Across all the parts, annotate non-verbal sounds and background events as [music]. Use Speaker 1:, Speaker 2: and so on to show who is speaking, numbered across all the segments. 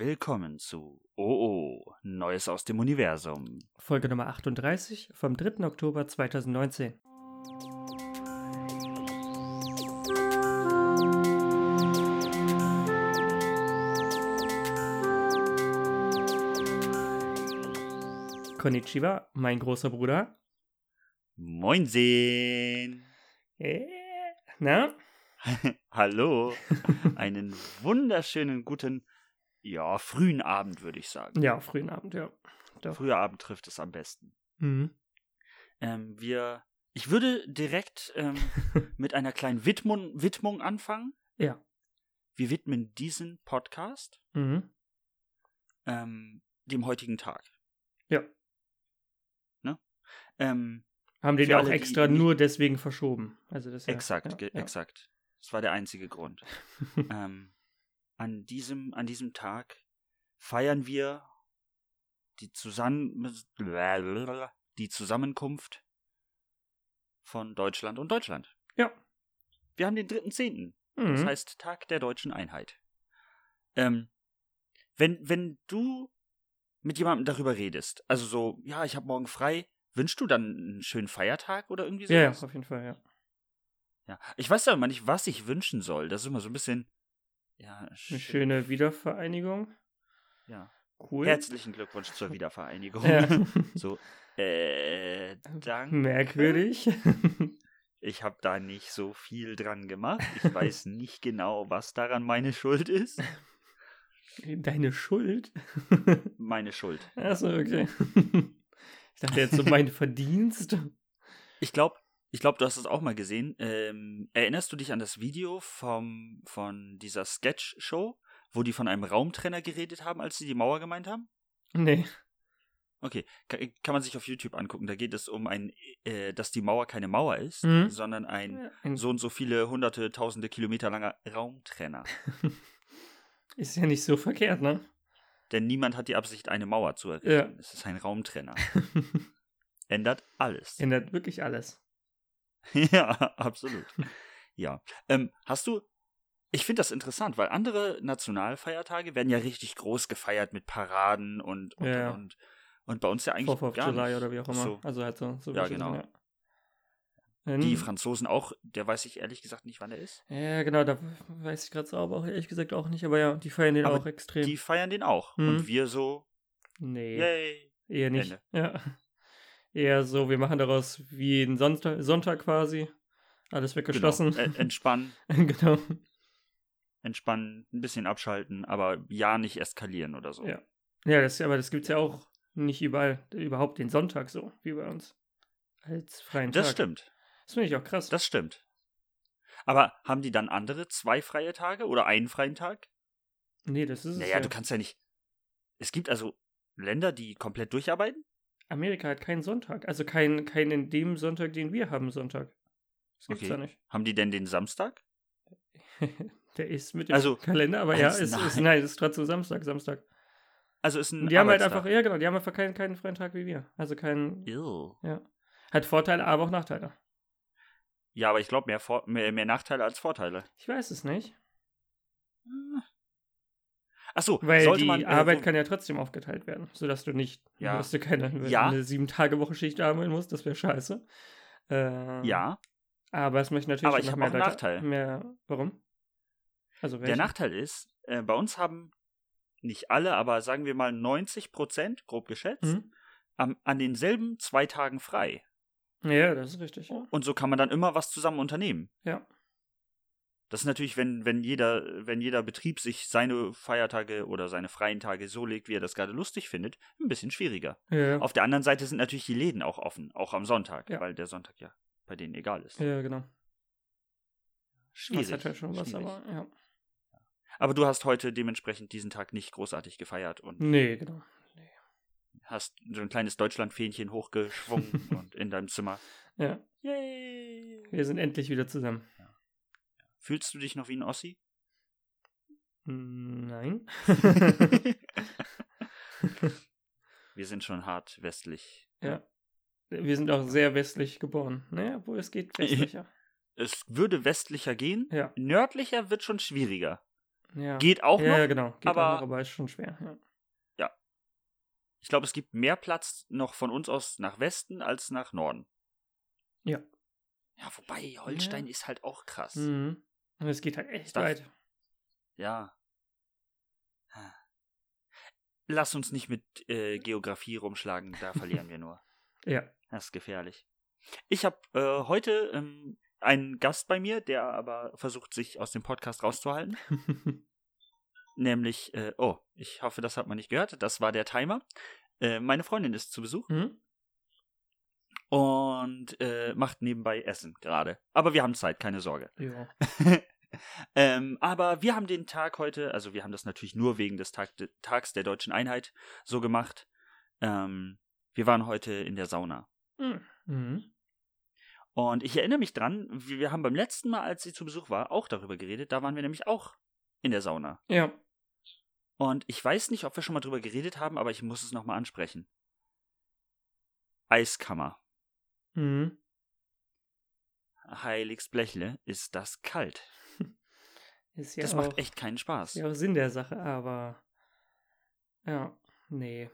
Speaker 1: Willkommen zu OO, Neues aus dem Universum.
Speaker 2: Folge Nummer 38 vom 3. Oktober 2019. Konnichiwa, mein großer Bruder.
Speaker 1: Moinsinn!
Speaker 2: Äh,
Speaker 1: [laughs]
Speaker 2: Na? [laughs]
Speaker 1: Hallo! Einen wunderschönen guten, ja, frühen Abend, würde ich sagen.
Speaker 2: Ja, frühen Abend, ja. doch.
Speaker 1: Früher Abend trifft es am besten.
Speaker 2: Mhm.
Speaker 1: Ähm, wir, ich würde direkt
Speaker 2: [laughs]
Speaker 1: ähm, mit einer kleinen Widmung, Widmung anfangen.
Speaker 2: Ja.
Speaker 1: Wir widmen diesen Podcast
Speaker 2: Mhm.
Speaker 1: ähm, dem heutigen Tag.
Speaker 2: Ja.
Speaker 1: Ne? Ähm,
Speaker 2: Haben den
Speaker 1: Für
Speaker 2: ja
Speaker 1: alle,
Speaker 2: auch
Speaker 1: die
Speaker 2: extra
Speaker 1: nicht-
Speaker 2: nur deswegen verschoben. Also das ist ja,
Speaker 1: Exakt,
Speaker 2: ja,
Speaker 1: ge-
Speaker 2: ja.
Speaker 1: exakt. Das war der einzige
Speaker 2: [laughs]
Speaker 1: Grund. ähm, an, diesem, an diesem Tag feiern wir die, Zusammen die Zusammenkunft von Deutschland und Deutschland.
Speaker 2: Ja.
Speaker 1: Wir haben den 3.10.,
Speaker 2: Mhm.
Speaker 1: das heißt Tag der deutschen Einheit. Ähm, wenn, wenn du mit jemandem darüber redest, also so, ja, ich habe morgen frei, wünschst du dann einen schönen Feiertag oder irgendwie
Speaker 2: ja, ja,
Speaker 1: sowas?
Speaker 2: auf jeden Fall, ja.
Speaker 1: Ja, ich weiß ja immer nicht, was ich wünschen soll. Das ist immer so ein bisschen. Ja,
Speaker 2: Eine
Speaker 1: schön.
Speaker 2: schöne Wiedervereinigung.
Speaker 1: Ja.
Speaker 2: Cool.
Speaker 1: Herzlichen Glückwunsch
Speaker 2: [laughs]
Speaker 1: zur Wiedervereinigung. [laughs]
Speaker 2: Ja. [laughs] Hm.
Speaker 1: So, äh, danke. [laughs]
Speaker 2: Merkwürdig.
Speaker 1: Ich habe da nicht so viel dran gemacht. Ich weiß nicht genau, was daran meine Schuld ist. [laughs]
Speaker 2: Deine Schuld.
Speaker 1: Meine Schuld.
Speaker 2: Achso, okay.
Speaker 1: Genau.
Speaker 2: [laughs] Ich dachte jetzt so mein Verdienst.
Speaker 1: Ich glaube, ich glaub, du hast es auch mal gesehen. Ähm, erinnerst du dich an das Video vom, von dieser Sketch-Show, wo die von einem Raumtrenner geredet haben, als sie die Mauer gemeint haben?
Speaker 2: Nee.
Speaker 1: Okay, kann, kann man sich auf YouTube angucken. Da geht es um ein, äh, dass die Mauer keine Mauer ist,
Speaker 2: Mhm.
Speaker 1: sondern ein
Speaker 2: Ein-
Speaker 1: so und so viele hunderte, tausende Kilometer langer
Speaker 2: [laughs]
Speaker 1: Raumtrenner.
Speaker 2: Ist ja nicht so verkehrt, ne?
Speaker 1: Denn niemand hat die Absicht, eine Mauer zu errichten.
Speaker 2: Ja.
Speaker 1: Es ist ein
Speaker 2: [laughs]
Speaker 1: Raumtrenner. Ändert alles.
Speaker 2: Ändert wirklich alles.
Speaker 1: [laughs] ja,
Speaker 2: [laughs]
Speaker 1: absolut. ja. Ähm, hast du. Ich finde das interessant, weil andere Nationalfeiertage werden ja richtig groß gefeiert mit Paraden und und,
Speaker 2: Ja.
Speaker 1: und, und bei uns ja eigentlich
Speaker 2: Fourth of
Speaker 1: gar
Speaker 2: July
Speaker 1: nicht.
Speaker 2: oder wie auch immer.
Speaker 1: So,
Speaker 2: Also halt so. so
Speaker 1: Ja,
Speaker 2: welche
Speaker 1: genau.
Speaker 2: Sachen, ja. Ähm,
Speaker 1: die Franzosen auch, der weiß ich ehrlich gesagt nicht, wann der ist.
Speaker 2: Ja, genau, da weiß ich gerade so, aber auch ehrlich gesagt auch nicht. Aber ja, die feiern den
Speaker 1: Aber
Speaker 2: auch extrem.
Speaker 1: Die feiern den auch.
Speaker 2: Mhm.
Speaker 1: Und wir so,
Speaker 2: nee,
Speaker 1: yay.
Speaker 2: eher nicht.
Speaker 1: Ende.
Speaker 2: Ja. Eher so, wir machen daraus wie einen Sonntag, Sonntag quasi. Alles wird geschlossen. [laughs]
Speaker 1: Genau. Äh, Entspannen,
Speaker 2: Genau.
Speaker 1: entspannen, ein bisschen abschalten, aber ja nicht eskalieren oder so.
Speaker 2: Ja. Ja, das, aber das gibt es ja auch nicht überall, überhaupt den Sonntag so, wie bei uns. Als freien
Speaker 1: Das
Speaker 2: Tag.
Speaker 1: stimmt,
Speaker 2: Das finde ich auch krass.
Speaker 1: das stimmt. Aber haben die dann andere zwei freie Tage oder einen freien Tag?
Speaker 2: nee, das ist es
Speaker 1: Naja,
Speaker 2: ja.
Speaker 1: du kannst ja nicht. Es gibt also Länder, die komplett durcharbeiten?
Speaker 2: Amerika hat keinen Sonntag. Also keinen kein in dem Sonntag, den wir haben, Sonntag. Das gibt's
Speaker 1: Okay.
Speaker 2: ja nicht. [laughs]
Speaker 1: Haben die denn den Samstag?
Speaker 2: Der ist mit dem
Speaker 1: Also,
Speaker 2: Kalender, aber ja,
Speaker 1: als
Speaker 2: ist, ist,
Speaker 1: nein.
Speaker 2: nein, es ist trotzdem Samstag, Samstag.
Speaker 1: Also ist ein.
Speaker 2: Und die haben halt
Speaker 1: Arbeitstag.
Speaker 2: einfach, ja genau, die haben einfach keinen, keinen freien Tag wie wir. Also keinen,
Speaker 1: Ew.
Speaker 2: hat Vorteile, aber auch Nachteile.
Speaker 1: Ja, aber ich glaube, mehr, Vor- mehr, mehr Nachteile als Vorteile.
Speaker 2: Ich weiß es nicht,
Speaker 1: Achso,
Speaker 2: weil
Speaker 1: sollte
Speaker 2: die
Speaker 1: man. äh,
Speaker 2: Arbeit
Speaker 1: so-
Speaker 2: kann ja trotzdem aufgeteilt werden, sodass du nicht,
Speaker 1: Ja.
Speaker 2: dass du keine
Speaker 1: Ja.
Speaker 2: eine sieben Tage Woche Schicht arbeiten musst, das wäre scheiße. Ähm,
Speaker 1: ja,
Speaker 2: Aber es möchten natürlich
Speaker 1: Aber
Speaker 2: dann
Speaker 1: ich
Speaker 2: noch
Speaker 1: hab
Speaker 2: mehr
Speaker 1: auch einen
Speaker 2: Leute-
Speaker 1: Nachteil.
Speaker 2: Mehr, warum? Also
Speaker 1: Der
Speaker 2: welchen?
Speaker 1: Nachteil ist, äh, bei uns haben nicht alle, aber sagen wir mal 90 Prozent, grob geschätzt,
Speaker 2: Hm?
Speaker 1: am, an denselben zwei Tagen frei.
Speaker 2: Ja, das ist richtig. Ja.
Speaker 1: Und so kann man dann immer was zusammen unternehmen.
Speaker 2: Ja.
Speaker 1: Das ist natürlich, wenn, wenn, jeder, wenn jeder Betrieb sich seine Feiertage oder seine freien Tage so legt, wie er das gerade lustig findet, ein bisschen schwieriger.
Speaker 2: Ja,
Speaker 1: Auf der anderen Seite sind natürlich die Läden auch offen, auch am Sonntag,
Speaker 2: Ja.
Speaker 1: weil der Sonntag ja bei denen egal ist.
Speaker 2: ja genau.
Speaker 1: Schwierig.
Speaker 2: Das hat halt schon was,
Speaker 1: schwierig.
Speaker 2: aber ja.
Speaker 1: aber du hast heute dementsprechend diesen Tag nicht großartig gefeiert und
Speaker 2: Nee, genau.
Speaker 1: hast so ein kleines Deutschlandfähnchen
Speaker 2: [laughs]
Speaker 1: hochgeschwungen und in deinem Zimmer.
Speaker 2: Ja,
Speaker 1: Yay!
Speaker 2: wir sind endlich wieder zusammen.
Speaker 1: Fühlst du dich noch wie ein
Speaker 2: [laughs]
Speaker 1: Ossi? [laughs]
Speaker 2: Hm, Nein.
Speaker 1: Wir sind schon hart westlich.
Speaker 2: Ja. Wir sind auch sehr westlich geboren. Naja,
Speaker 1: [laughs]
Speaker 2: wo es geht, westlicher.
Speaker 1: Es würde westlicher gehen.
Speaker 2: Ja.
Speaker 1: Nördlicher wird schon schwieriger.
Speaker 2: Ja.
Speaker 1: Geht auch
Speaker 2: ja,
Speaker 1: noch.
Speaker 2: ja, genau. Geht
Speaker 1: aber-
Speaker 2: auch noch, aber ist schon schwer. Ja.
Speaker 1: Ich glaube, es gibt mehr Platz noch von uns aus nach Westen als nach Norden.
Speaker 2: Ja.
Speaker 1: Ja, wobei Holstein
Speaker 2: Ja.
Speaker 1: ist halt auch krass.
Speaker 2: Mhm. Und es geht halt echt
Speaker 1: Darf-
Speaker 2: weit.
Speaker 1: Ja. Lass uns nicht mit äh, Geografie rumschlagen, da verlieren wir nur.
Speaker 2: Ja. [laughs]
Speaker 1: Das ist gefährlich. Ich habe äh, heute ähm, einen Gast bei mir, der aber versucht, sich aus dem Podcast rauszuhalten. Mhm. Nämlich, äh, oh, ich hoffe, das hat man nicht gehört. Das war der Timer. Äh, meine Freundin ist zu Besuch
Speaker 2: mhm.
Speaker 1: und äh, macht nebenbei Essen gerade. Aber wir haben Zeit, keine Sorge.
Speaker 2: Ja.
Speaker 1: ähm, aber wir haben den Tag heute, also wir haben das natürlich nur wegen des Tag, Tags der deutschen Einheit so gemacht. Ähm, wir waren heute in der Sauna.
Speaker 2: Mhm. Mhm.
Speaker 1: Und ich erinnere mich dran, wir wir haben beim letzten Mal, als sie zu Besuch war, auch darüber geredet. Da waren wir nämlich auch in der Sauna.
Speaker 2: Ja.
Speaker 1: Und ich weiß nicht, ob wir schon mal drüber geredet haben, aber ich muss es nochmal ansprechen. Eiskammer.
Speaker 2: Mhm.
Speaker 1: Heiligs Blechle, ist das kalt.
Speaker 2: Ist ja
Speaker 1: das
Speaker 2: auch,
Speaker 1: macht echt keinen Spaß.
Speaker 2: ist ja auch Sinn der Sache, aber. Ja. Nee.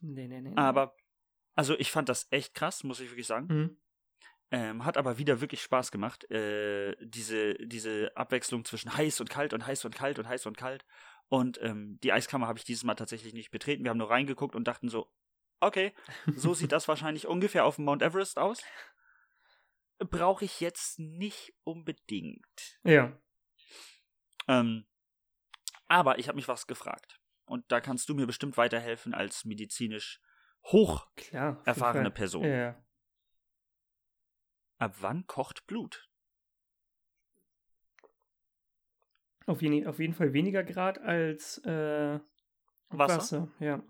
Speaker 2: Nee, nee, nee. nee.
Speaker 1: Aber, also ich fand das echt krass, muss ich wirklich sagen.
Speaker 2: Mhm.
Speaker 1: Ähm, hat aber wieder wirklich Spaß gemacht. Äh, diese, diese Abwechslung zwischen heiß und kalt und heiß und kalt und heiß und kalt. Und ähm, die Eiskammer habe ich dieses Mal tatsächlich nicht betreten. Wir haben nur reingeguckt und dachten so, okay,
Speaker 2: [laughs]
Speaker 1: so sieht das wahrscheinlich ungefähr auf dem Mount Everest aus. Brauche ich jetzt nicht unbedingt.
Speaker 2: Ja.
Speaker 1: Ähm, aber ich habe mich was gefragt. Und da kannst du mir bestimmt weiterhelfen als medizinisch hoch
Speaker 2: Klar. auf jeden
Speaker 1: erfahrene
Speaker 2: Fall.
Speaker 1: Person.
Speaker 2: Ja.
Speaker 1: Ab wann kocht Blut?
Speaker 2: Auf, jeden, auf jeden Fall weniger Grad als äh,
Speaker 1: Wasser?
Speaker 2: Ja.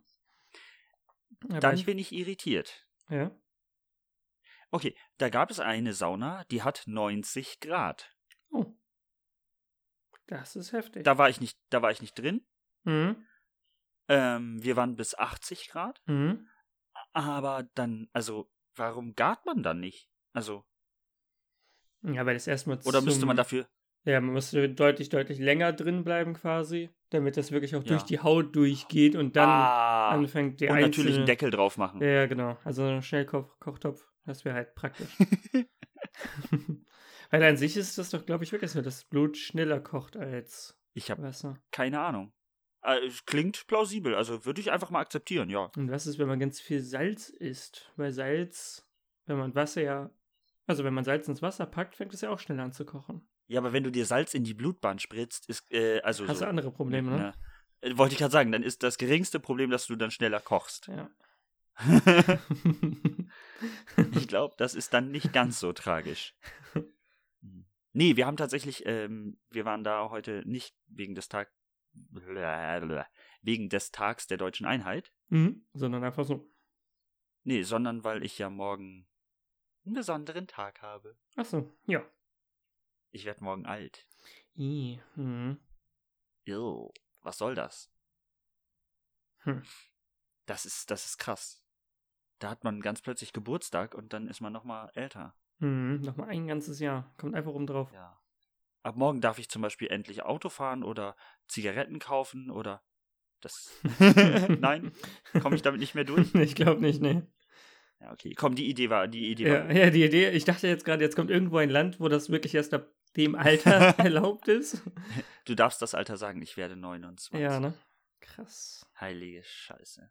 Speaker 2: Aber
Speaker 1: Dann bin ich irritiert.
Speaker 2: ja.
Speaker 1: Okay, da gab es eine Sauna, die hat 90 Grad.
Speaker 2: Oh. Das ist heftig.
Speaker 1: Da war ich nicht, da war ich nicht drin.
Speaker 2: mhm.
Speaker 1: Ähm, wir waren bis 80 Grad,
Speaker 2: Mhm.
Speaker 1: aber dann, also warum gart man dann nicht? Also
Speaker 2: Ja, weil das erstmal
Speaker 1: oder müsste man
Speaker 2: zum-
Speaker 1: dafür?
Speaker 2: Ja, man müsste deutlich, deutlich länger drin bleiben quasi, damit das wirklich auch
Speaker 1: Ja.
Speaker 2: durch die Haut durchgeht und dann
Speaker 1: ah, und
Speaker 2: anfängt der
Speaker 1: natürlich einen
Speaker 2: einzelne-
Speaker 1: Deckel drauf machen.
Speaker 2: Ja, ja, genau. Also ein Schnellkochtopf, das wäre halt praktisch. [laughs] Weil an sich ist das doch, glaube ich, wirklich so, dass Blut schneller kocht als
Speaker 1: [laughs] Ich habe
Speaker 2: Wasser.
Speaker 1: keine Ahnung. Äh, es klingt plausibel, also würde ich einfach mal akzeptieren, ja.
Speaker 2: Und was ist, wenn man ganz viel Salz isst? Weil Salz, wenn man Wasser ja, also wenn man Salz ins Wasser packt, fängt es ja auch schneller an zu kochen.
Speaker 1: Ja, aber wenn du dir Salz in die Blutbahn spritzt, ist äh, also
Speaker 2: Hast
Speaker 1: so,
Speaker 2: du andere Probleme, ne?
Speaker 1: ne? Äh, Wollte ich gerade sagen, dann ist das geringste Problem, dass du dann schneller kochst.
Speaker 2: [laughs] Ja.
Speaker 1: Ich glaube, das ist dann nicht ganz so tragisch. Nee, wir haben tatsächlich, ähm, wir waren da heute nicht wegen des Tag wegen des Tags der deutschen Einheit.
Speaker 2: [laughs] mhm. Sondern einfach so.
Speaker 1: Nee, sondern weil ich ja morgen einen besonderen Tag habe.
Speaker 2: Achso, ja.
Speaker 1: Ich werde morgen alt.
Speaker 2: I, mhm.
Speaker 1: Ew, was soll das?
Speaker 2: Hm.
Speaker 1: Das ist, das ist krass. Da hat man ganz plötzlich Geburtstag und dann ist man nochmal älter.
Speaker 2: Mhm. Nochmal ein ganzes Jahr. Kommt einfach rum drauf.
Speaker 1: Ja. Ab morgen darf ich zum Beispiel endlich Auto fahren oder Zigaretten kaufen oder
Speaker 2: [laughs]
Speaker 1: das. [laughs] Nein, komme ich damit nicht mehr durch?
Speaker 2: Ich glaube nicht, ne.
Speaker 1: Ja, okay. Komm, die Idee war, die Idee
Speaker 2: Ja,
Speaker 1: war.
Speaker 2: ja, die Idee, ich dachte jetzt gerade, jetzt kommt irgendwo ein Land, wo das wirklich erst ab dem
Speaker 1: [laughs]
Speaker 2: Alter erlaubt ist.
Speaker 1: Du darfst das Alter sagen, ich werde 29.
Speaker 2: Ja, ne? Krass.
Speaker 1: Heilige Scheiße.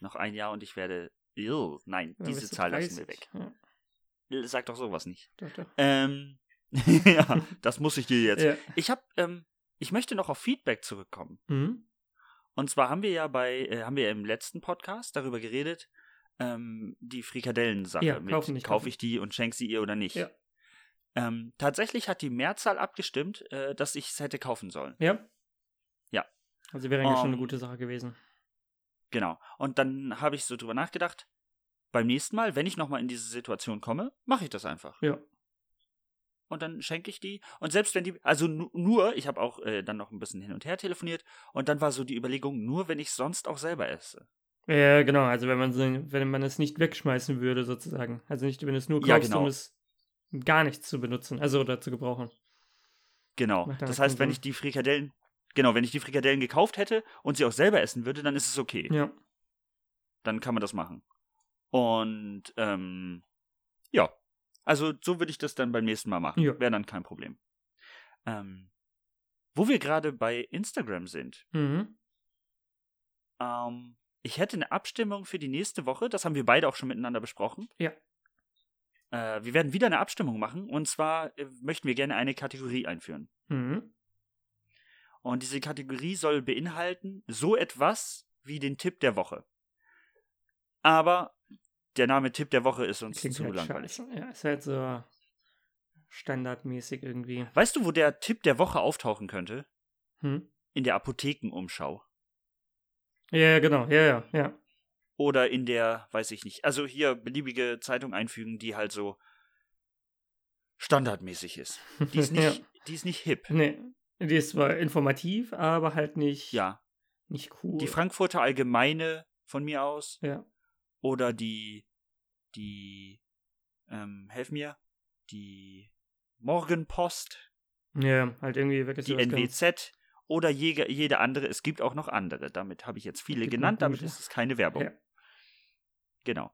Speaker 1: Noch ein Jahr und ich werde. Ew, nein,
Speaker 2: Dann
Speaker 1: diese
Speaker 2: bist du
Speaker 1: Zahl lassen wir
Speaker 2: 30.
Speaker 1: weg.
Speaker 2: Ja,
Speaker 1: Sag doch sowas nicht.
Speaker 2: doch, doch.
Speaker 1: Ähm, [laughs] ja, das muss ich dir jetzt.
Speaker 2: Ja.
Speaker 1: Ich hab, ähm, ich möchte noch auf Feedback zurückkommen.
Speaker 2: Mhm.
Speaker 1: Und zwar haben wir ja bei, äh, haben wir im letzten Podcast darüber geredet, ähm, die Frikadellen-Sache.
Speaker 2: Ja,
Speaker 1: mit
Speaker 2: kaufen, nicht
Speaker 1: kaufe
Speaker 2: kaufen.
Speaker 1: ich die und schenke sie ihr oder nicht.
Speaker 2: Ja.
Speaker 1: Ähm, tatsächlich hat die Mehrzahl abgestimmt, äh, dass ich es hätte kaufen sollen.
Speaker 2: Ja.
Speaker 1: Ja.
Speaker 2: Also wäre eigentlich schon eine
Speaker 1: Ähm,
Speaker 2: gute Sache gewesen.
Speaker 1: Genau. Und dann habe ich so drüber nachgedacht, beim nächsten Mal, wenn ich nochmal in diese Situation komme, mache ich das einfach.
Speaker 2: Ja.
Speaker 1: Und dann schenke ich die. Und selbst wenn die, also nu- nur, ich habe auch äh, dann noch ein bisschen hin und her telefoniert. Und dann war so die Überlegung, nur wenn ich sonst auch selber esse.
Speaker 2: Ja, genau. Also wenn man, so- wenn man es nicht wegschmeißen würde, sozusagen. Also nicht, wenn du es nur kaufst,
Speaker 1: Ja, genau.
Speaker 2: um es gar nicht zu benutzen, also oder zu gebrauchen.
Speaker 1: Genau.
Speaker 2: Macht damit
Speaker 1: Das heißt, wenn
Speaker 2: keinen Sinn.
Speaker 1: ich die Frikadellen Genau, wenn ich die Frikadellen gekauft hätte und sie auch selber essen würde, dann ist es okay.
Speaker 2: Ja.
Speaker 1: Dann kann man das machen. Und ähm, ja, also so würde ich das dann beim nächsten Mal machen.
Speaker 2: Ja.
Speaker 1: Wäre dann kein Problem. Ähm, wo wir gerade bei Instagram sind,
Speaker 2: Mhm.
Speaker 1: ähm, ich hätte eine Abstimmung für die nächste Woche. Das haben wir beide auch schon miteinander besprochen.
Speaker 2: Ja.
Speaker 1: Äh, wir werden wieder eine Abstimmung machen. Und zwar äh, möchten wir gerne eine Kategorie einführen.
Speaker 2: Mhm.
Speaker 1: Und diese Kategorie soll beinhalten so etwas wie den Tipp der Woche. Aber der Name Tipp der Woche ist uns zu
Speaker 2: halt
Speaker 1: langweilig.
Speaker 2: scheiße. Ja, ist halt so standardmäßig irgendwie.
Speaker 1: Weißt du, wo der Tipp der Woche auftauchen könnte?
Speaker 2: Hm?
Speaker 1: In der Apothekenumschau.
Speaker 2: Ja, ja, genau. Ja, ja, ja.
Speaker 1: Oder in der, weiß ich nicht, also hier beliebige Zeitung einfügen, die halt so standardmäßig ist. Die ist nicht,
Speaker 2: [laughs] ja.
Speaker 1: die ist nicht hip.
Speaker 2: Nee. Die ist zwar informativ, aber halt nicht,
Speaker 1: Ja.
Speaker 2: nicht cool.
Speaker 1: Die Frankfurter Allgemeine von mir aus.
Speaker 2: Ja.
Speaker 1: Oder die, die, ähm, helf mir, die Morgenpost.
Speaker 2: ja, halt irgendwie wirklich
Speaker 1: die
Speaker 2: sowas ganz-
Speaker 1: NWZ oder jede, jede andere. Es gibt auch noch andere. Damit habe ich jetzt viele
Speaker 2: Gibt
Speaker 1: genannt.
Speaker 2: noch
Speaker 1: Damit
Speaker 2: gute.
Speaker 1: ist es keine Werbung.
Speaker 2: Ja.
Speaker 1: Genau.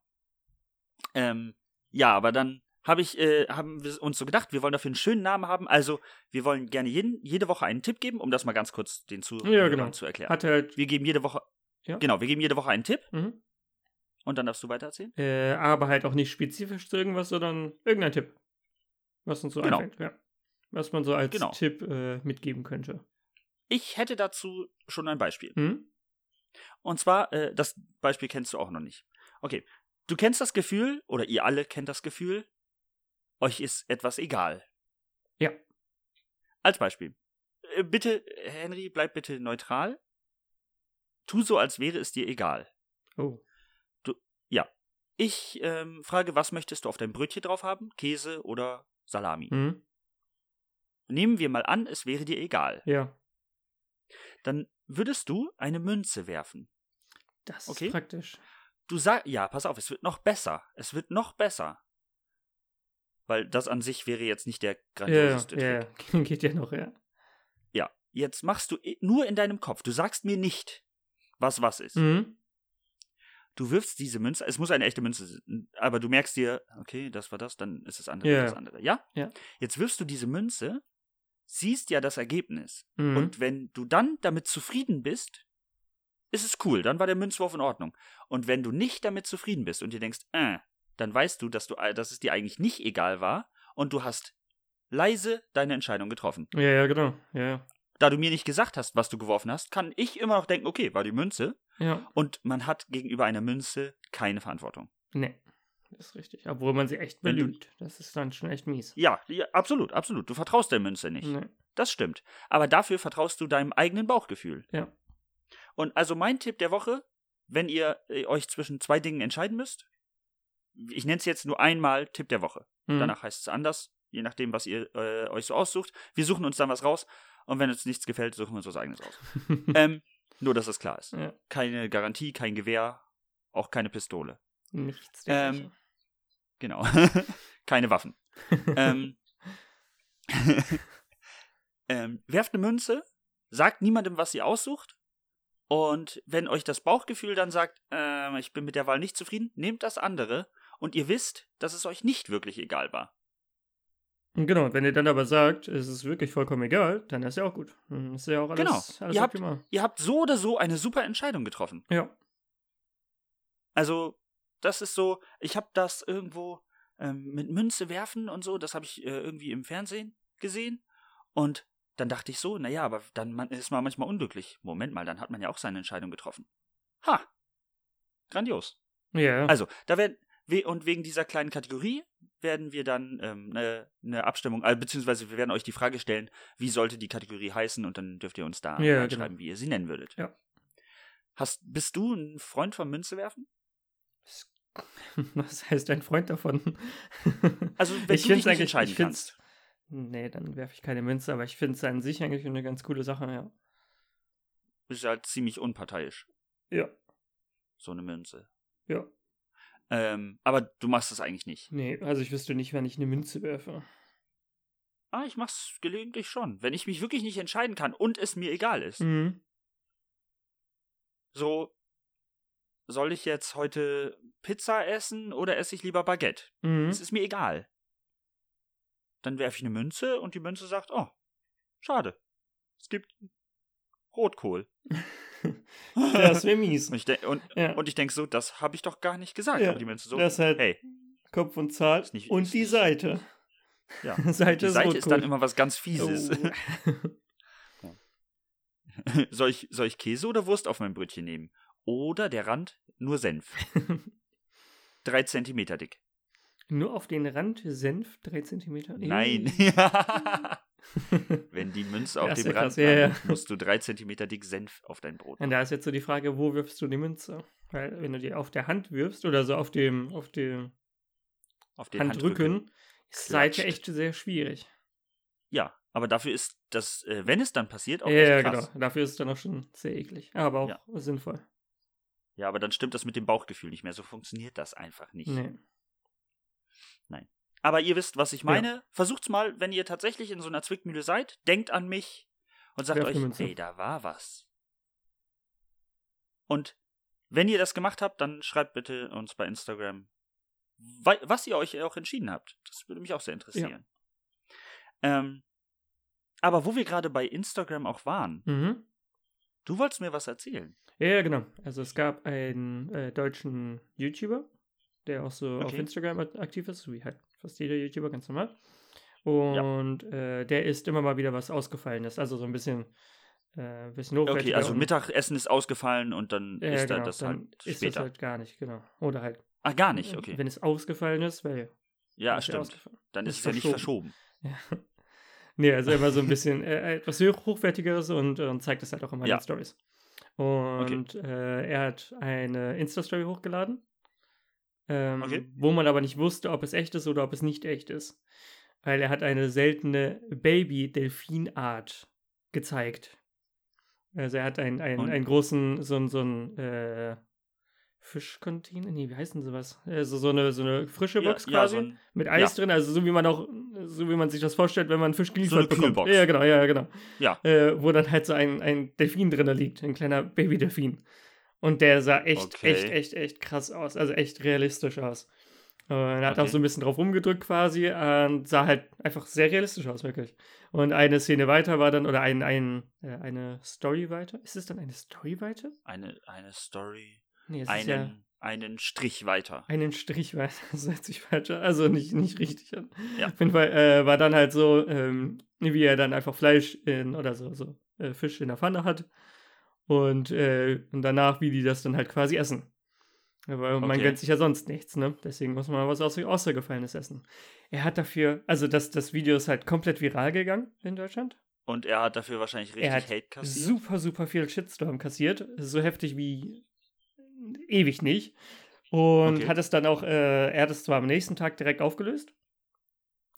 Speaker 1: Ähm, ja, aber dann habe ich, äh, haben wir uns so gedacht, wir wollen dafür einen schönen Namen haben. Also, wir wollen gerne jeden, jede Woche einen Tipp geben, um das mal ganz kurz den Zuhörern
Speaker 2: Ja, genau.
Speaker 1: zu erklären.
Speaker 2: Hat halt.
Speaker 1: wir geben jede Woche,
Speaker 2: Ja.
Speaker 1: genau, wir geben jede Woche einen Tipp
Speaker 2: Mhm.
Speaker 1: und dann darfst du weiter erzählen.
Speaker 2: Äh, aber halt auch nicht spezifisch zu irgendwas, sondern irgendein Tipp. Was uns so
Speaker 1: Genau.
Speaker 2: einfällt, ja. Was man so als
Speaker 1: Genau.
Speaker 2: Tipp äh, mitgeben könnte.
Speaker 1: Ich hätte dazu schon ein Beispiel.
Speaker 2: Hm?
Speaker 1: Und zwar, äh, das Beispiel kennst du auch noch nicht. Okay, du kennst das Gefühl, oder ihr alle kennt das Gefühl, euch ist etwas egal.
Speaker 2: Ja.
Speaker 1: Als Beispiel. Äh, Bitte, Henry, bleib bitte neutral. Tu so, als wäre es dir egal.
Speaker 2: Oh.
Speaker 1: Ich ähm, frage, was möchtest du auf dein Brötchen drauf haben? Käse oder Salami?
Speaker 2: Hm?
Speaker 1: Nehmen wir mal an, es wäre dir egal.
Speaker 2: Ja.
Speaker 1: Dann würdest du eine Münze werfen.
Speaker 2: Das
Speaker 1: Okay.
Speaker 2: ist praktisch.
Speaker 1: Du sagst, ja, pass auf, es wird noch besser. Es wird noch besser. Weil das an sich wäre jetzt nicht der
Speaker 2: Ja,
Speaker 1: grandioseste
Speaker 2: ja,
Speaker 1: Trick.
Speaker 2: ja. [laughs] geht ja noch, ja.
Speaker 1: Ja, jetzt machst du i- nur in deinem Kopf. Du sagst mir nicht, was was ist.
Speaker 2: Mhm.
Speaker 1: Du wirfst diese Münze, es muss eine echte Münze sein, aber du merkst dir, okay, das war das, dann ist das andere
Speaker 2: Ja,
Speaker 1: das
Speaker 2: ja.
Speaker 1: andere. Ja?
Speaker 2: Ja.
Speaker 1: Jetzt wirfst du diese Münze, siehst ja das Ergebnis.
Speaker 2: Mhm.
Speaker 1: Und wenn du dann damit zufrieden bist, ist es cool, dann war der Münzwurf in Ordnung. Und wenn du nicht damit zufrieden bist und dir denkst, äh, dann weißt du, dass, du, äh, dass es dir eigentlich nicht egal war und du hast leise deine Entscheidung getroffen.
Speaker 2: Ja, ja, genau. Ja,
Speaker 1: Da du mir nicht gesagt hast, was du geworfen hast, kann ich immer noch denken, okay, war die Münze.
Speaker 2: ja. ja.
Speaker 1: Und man hat gegenüber einer Münze keine Verantwortung.
Speaker 2: Nee. Das ist richtig. Obwohl man sie echt
Speaker 1: Wenn du-
Speaker 2: belügt. Das ist dann schon echt mies.
Speaker 1: Ja, ja absolut, absolut. Du vertraust der Münze nicht.
Speaker 2: Nee.
Speaker 1: Das stimmt. Aber dafür vertraust du deinem eigenen Bauchgefühl.
Speaker 2: Ja.
Speaker 1: Und also mein Tipp der Woche, wenn ihr äh, euch zwischen zwei Dingen entscheiden müsst, ich nenne es jetzt nur einmal Tipp der Woche.
Speaker 2: Mhm.
Speaker 1: Danach heißt es anders, je nachdem, was ihr äh, euch so aussucht. Wir suchen uns dann was raus und wenn uns nichts gefällt, suchen wir uns was eigenes
Speaker 2: [laughs]
Speaker 1: raus. ähm, nur, dass das klar ist.
Speaker 2: Ja.
Speaker 1: Keine Garantie, kein Gewehr, auch keine Pistole.
Speaker 2: Mhm. Nichts.
Speaker 1: Ähm, Genau. [laughs] keine Waffen. ähm, ähm, werft eine Münze, sagt niemandem, was ihr aussucht. Und wenn euch das Bauchgefühl dann sagt, ähm, ich bin mit der Wahl nicht zufrieden, nehmt das andere und ihr wisst, dass es euch nicht wirklich egal war.
Speaker 2: genau, wenn ihr dann aber sagt, es ist wirklich vollkommen egal, dann ist ja auch gut. Dann ist ja auch alles,
Speaker 1: Genau.
Speaker 2: alles
Speaker 1: Ihr habt-
Speaker 2: optimal.
Speaker 1: Ihr habt so oder so eine super Entscheidung getroffen.
Speaker 2: Ja.
Speaker 1: Also, das ist so, ich habe das irgendwo ähm, mit Münze werfen und so, das habe ich äh, irgendwie im Fernsehen gesehen. Und dann dachte ich so, naja, aber dann man, ist man manchmal unglücklich. Moment mal, dann hat man ja auch seine Entscheidung getroffen. Ha! Grandios.
Speaker 2: Ja.
Speaker 1: Also, da werden we und wegen dieser kleinen Kategorie werden wir dann ähm, eine, eine Abstimmung, äh, beziehungsweise wir werden euch die Frage stellen, wie sollte die Kategorie heißen und dann dürft ihr uns da
Speaker 2: Ja, genau.
Speaker 1: reinschreiben, wie ihr sie nennen würdet.
Speaker 2: Ja.
Speaker 1: Hast, bist du ein Freund von Münzewerfen?
Speaker 2: [laughs] Was heißt ein Freund davon? [laughs]
Speaker 1: Also, wenn du dich
Speaker 2: find's
Speaker 1: nicht entscheiden
Speaker 2: ich
Speaker 1: kannst.
Speaker 2: find's- Nee, dann werfe ich keine Münze, aber ich finde es an sich eigentlich eine ganz coole Sache, ja.
Speaker 1: ist ja ziemlich unparteiisch,
Speaker 2: Ja.
Speaker 1: so eine Münze.
Speaker 2: Ja.
Speaker 1: Ähm, aber du machst es eigentlich nicht.
Speaker 2: Nee, also ich wüsste nicht, wann ich eine Münze werfe.
Speaker 1: Ah, ich mach's gelegentlich schon, wenn ich mich wirklich nicht entscheiden kann und es mir egal ist.
Speaker 2: Mhm.
Speaker 1: So, soll ich jetzt heute Pizza essen oder esse ich lieber Baguette?
Speaker 2: Mhm.
Speaker 1: Es ist mir egal. Dann werfe ich eine Münze und die Münze sagt, oh, schade. Es gibt
Speaker 2: [laughs]
Speaker 1: Rotkohl.
Speaker 2: Das wäre mies.
Speaker 1: und [laughs] ich, de und,
Speaker 2: Ja.
Speaker 1: und ich denke so, das habe ich doch gar nicht gesagt.
Speaker 2: Ja,
Speaker 1: Aber die Münze so,
Speaker 2: das ist halt
Speaker 1: hey,
Speaker 2: Kopf und Zahl
Speaker 1: Ist nicht-
Speaker 2: und
Speaker 1: ist
Speaker 2: die
Speaker 1: nicht-
Speaker 2: Seite.
Speaker 1: ja.
Speaker 2: [laughs] Seite
Speaker 1: Die
Speaker 2: ist,
Speaker 1: Seite
Speaker 2: rot
Speaker 1: ist dann
Speaker 2: cool.
Speaker 1: immer was ganz Fieses. [laughs]
Speaker 2: Oh.
Speaker 1: soll, ich, soll ich Käse oder Wurst auf mein Brötchen nehmen? Oder der Rand nur
Speaker 2: [laughs]
Speaker 1: Senf. Drei Zentimeter dick.
Speaker 2: Nur auf den Rand Senf, 3 cm. [laughs]
Speaker 1: Nein. Wenn die Münze auf
Speaker 2: Das ist
Speaker 1: dem
Speaker 2: ja
Speaker 1: Rand
Speaker 2: krass, ja, ja.
Speaker 1: landet, musst du drei Zentimeter dick Senf auf dein Brot.
Speaker 2: Und da ist jetzt so die Frage, wo wirfst du die Münze? Weil wenn du die auf der Hand wirfst oder so auf dem, auf dem
Speaker 1: Auf den
Speaker 2: Handrücken, ist Seite
Speaker 1: klatscht.
Speaker 2: echt sehr schwierig.
Speaker 1: Ja, aber dafür ist das, äh, wenn es dann passiert, auch
Speaker 2: ja, ja,
Speaker 1: echt krass.
Speaker 2: genau. Dafür ist es dann auch schon sehr eklig. Aber auch sinnvoll.
Speaker 1: Ja, aber dann stimmt das mit dem Bauchgefühl nicht mehr. So funktioniert das einfach nicht.
Speaker 2: Nee.
Speaker 1: Aber ihr wisst, was ich meine. Versucht's mal, wenn ihr tatsächlich in so einer Zwickmühle seid, denkt an mich und sagt
Speaker 2: Werft
Speaker 1: euch,
Speaker 2: eine Münze.
Speaker 1: hey, da war was. Und wenn ihr das gemacht habt, dann schreibt bitte uns bei Instagram, wa- was ihr euch auch entschieden habt. Das würde mich auch sehr interessieren. Ähm, aber wo wir gerade bei Instagram auch waren,
Speaker 2: Mhm.
Speaker 1: du wolltest mir was erzählen.
Speaker 2: Ja, ja, genau. Also es gab einen äh, deutschen YouTuber, der auch so auf
Speaker 1: Okay.
Speaker 2: Instagram at- aktiv ist, so wie halt fast jeder YouTuber ganz normal. Und äh, der ist immer mal wieder was ausgefallenes, also so ein bisschen, äh, bisschen hochwertiger.
Speaker 1: Okay, also
Speaker 2: und-
Speaker 1: Mittagessen ist ausgefallen und dann
Speaker 2: Ja, ja,
Speaker 1: ist da
Speaker 2: genau,
Speaker 1: das
Speaker 2: dann
Speaker 1: halt
Speaker 2: ist
Speaker 1: später.
Speaker 2: das halt gar nicht, genau. Oder halt,
Speaker 1: ah, gar nicht, okay.
Speaker 2: wenn es ausgefallen ist, weil
Speaker 1: ja,
Speaker 2: ist ja
Speaker 1: stimmt.
Speaker 2: ausgefallen.
Speaker 1: Dann
Speaker 2: ist
Speaker 1: ist es ja nicht
Speaker 2: verschoben.
Speaker 1: verschoben.
Speaker 2: Ja. [laughs] Nee, also immer so ein bisschen äh, etwas hoch- Hochwertigeres und, äh, und zeigt das halt auch immer in
Speaker 1: Ja.
Speaker 2: den Stories. Und äh, er hat eine Insta-Story hochgeladen, ähm,
Speaker 1: Okay.
Speaker 2: wo man aber nicht wusste, ob es echt ist oder ob es nicht echt ist. Weil er hat eine seltene Baby-Delfinart gezeigt. Also er hat einen, einen,
Speaker 1: Und-
Speaker 2: einen großen, so, einen- so einen äh, Fischcontainer, nee, wie heißen sowas? Also so eine, so eine frische Box
Speaker 1: ja,
Speaker 2: quasi.
Speaker 1: so ein,
Speaker 2: Mit Eis
Speaker 1: Ja.
Speaker 2: drin, also so wie man auch, so wie man sich das vorstellt, wenn man Fisch geliefert
Speaker 1: eine
Speaker 2: bekommt.
Speaker 1: Kühlbox.
Speaker 2: Ja, genau, ja, ja, genau.
Speaker 1: Ja.
Speaker 2: Äh, wo dann halt so ein, ein Delfin drin liegt, ein kleiner Babydelfin. Und der sah echt,
Speaker 1: Okay.
Speaker 2: echt, echt, echt krass aus, also echt realistisch aus. Äh, er hat auch
Speaker 1: Okay.
Speaker 2: so ein bisschen drauf rumgedrückt quasi äh, und sah halt einfach sehr realistisch aus, wirklich. Und eine Szene weiter war dann, oder ein, ein, äh, eine Story weiter. Ist es dann eine Story weiter?
Speaker 1: eine, eine Story,
Speaker 2: Nee, es ist
Speaker 1: einen,
Speaker 2: ja
Speaker 1: einen Strich weiter.
Speaker 2: einen Strich weiter. [laughs] Das hört sich falsch an. Also nicht, nicht richtig an.
Speaker 1: Ja.
Speaker 2: Auf jeden Fall äh, war dann halt so, ähm, wie er dann einfach Fleisch in, oder so, so äh, Fisch in der Pfanne hat. Und, äh, und danach, wie die das dann halt quasi essen. Aber man
Speaker 1: Okay.
Speaker 2: gönnt sich ja sonst nichts, ne? Deswegen muss man mal was Außer Außergefallenes essen. Er hat dafür, also das, das Video ist halt komplett viral gegangen in Deutschland.
Speaker 1: Und er hat dafür wahrscheinlich richtig
Speaker 2: Er hat
Speaker 1: Hate kassiert.
Speaker 2: Super, super viel Shitstorm kassiert. So heftig wie ewig nicht. Und
Speaker 1: Okay.
Speaker 2: hat es dann auch, äh, er hat es zwar am nächsten Tag direkt aufgelöst,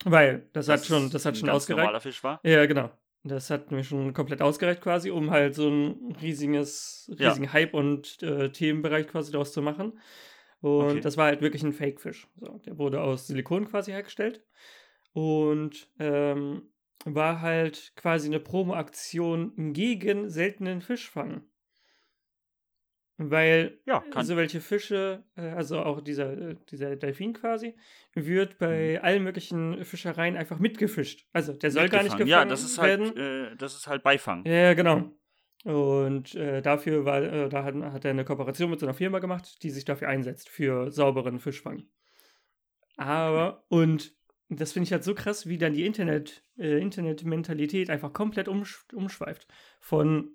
Speaker 2: weil das, hat
Speaker 1: dass
Speaker 2: schon,
Speaker 1: es
Speaker 2: das hat
Speaker 1: ein
Speaker 2: schon
Speaker 1: ganz
Speaker 2: ausgereicht.
Speaker 1: normaler Fisch war.
Speaker 2: Ja, genau. Das hat mir schon komplett ausgereicht quasi, um halt so ein riesiges,
Speaker 1: Ja.
Speaker 2: riesigen Hype und äh, Themenbereich quasi daraus zu machen. Und
Speaker 1: Okay.
Speaker 2: das war halt wirklich ein Fake-Fisch. So, der wurde aus Silikon quasi hergestellt und ähm, war halt quasi eine Promo-Aktion gegen seltenen Fischfang. Weil
Speaker 1: Ja, kann.
Speaker 2: Äh, so Also welche Fische, äh, also auch dieser, äh, dieser Delfin quasi, wird bei
Speaker 1: Mhm.
Speaker 2: allen möglichen Fischereien einfach mitgefischt. Also der soll gar nicht
Speaker 1: mitgefangen.
Speaker 2: gefangen
Speaker 1: Ja, das ist
Speaker 2: werden.
Speaker 1: halt, äh, das ist halt Beifang.
Speaker 2: Ja, Ja, genau. Und äh, dafür war, äh, da hat, hat er eine Kooperation mit so einer Firma gemacht, die sich dafür einsetzt, für sauberen Fischfang. Aber, und das finde ich halt so krass, wie dann die Internet, äh, Internetmentalität einfach komplett umsch umschweift. Von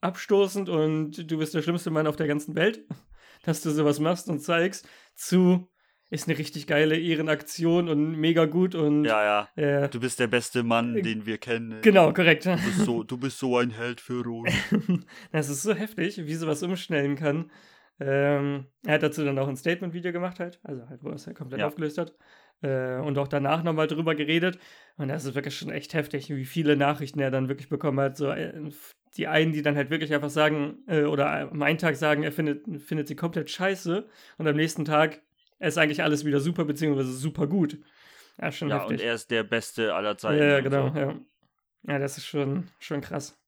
Speaker 2: abstoßend und du bist der schlimmste Mann auf der ganzen Welt, [laughs] dass du sowas machst und zeigst, zu ist eine richtig geile Ehrenaktion und mega gut und
Speaker 1: Ja, ja.
Speaker 2: äh,
Speaker 1: Du bist der beste Mann,
Speaker 2: Äh,
Speaker 1: den wir kennen.
Speaker 2: genau, korrekt.
Speaker 1: Du bist so, du bist so ein Held für uns.
Speaker 2: [laughs] das ist so heftig, wie sowas umschnellen kann. Ähm, er hat dazu dann auch ein Statement-Video gemacht, halt, also halt, wo er es halt komplett
Speaker 1: Ja.
Speaker 2: aufgelöst hat. Äh, und auch danach nochmal drüber geredet. Und das ist wirklich schon echt heftig, wie viele Nachrichten er dann wirklich bekommen hat. So, äh, die einen, die dann halt wirklich einfach sagen, äh, oder am einen Tag sagen, er findet, findet sie komplett scheiße. Und am nächsten Tag ist eigentlich alles wieder super, beziehungsweise super gut. Ja, schon
Speaker 1: ja,
Speaker 2: heftig.
Speaker 1: und er ist der Beste aller
Speaker 2: ja,
Speaker 1: Zeiten.
Speaker 2: ja,
Speaker 1: und
Speaker 2: genau,
Speaker 1: so.
Speaker 2: ja. Ja, das ist schon, schon krass.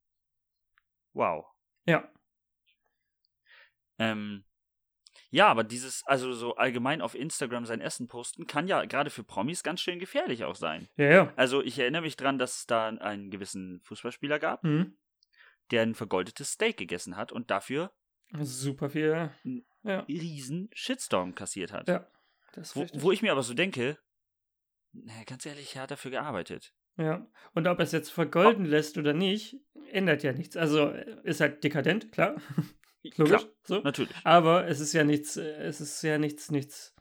Speaker 1: Wow.
Speaker 2: Ja.
Speaker 1: Ähm, ja, aber dieses, also so allgemein auf Instagram sein Essen posten, kann ja gerade für Promis ganz schön gefährlich auch sein.
Speaker 2: Ja, ja.
Speaker 1: Also ich erinnere mich dran, dass es da einen gewissen Fußballspieler gab,
Speaker 2: Mhm.
Speaker 1: der ein vergoldetes Steak gegessen hat und dafür
Speaker 2: Super viel. Ja,
Speaker 1: einen riesen Shitstorm kassiert hat.
Speaker 2: Ja, das ist
Speaker 1: wo,
Speaker 2: richtig.
Speaker 1: wo ich mir aber so denke, na, ganz ehrlich, er hat dafür gearbeitet.
Speaker 2: Ja. Und ob er es jetzt
Speaker 1: Ah.
Speaker 2: vergolden lässt oder nicht, ändert ja nichts. Also äh, ist halt dekadent, klar. [laughs] Logisch.
Speaker 1: Klar,
Speaker 2: so.
Speaker 1: natürlich.
Speaker 2: Aber es ist ja nichts, äh, es ist ja nichts, nichts,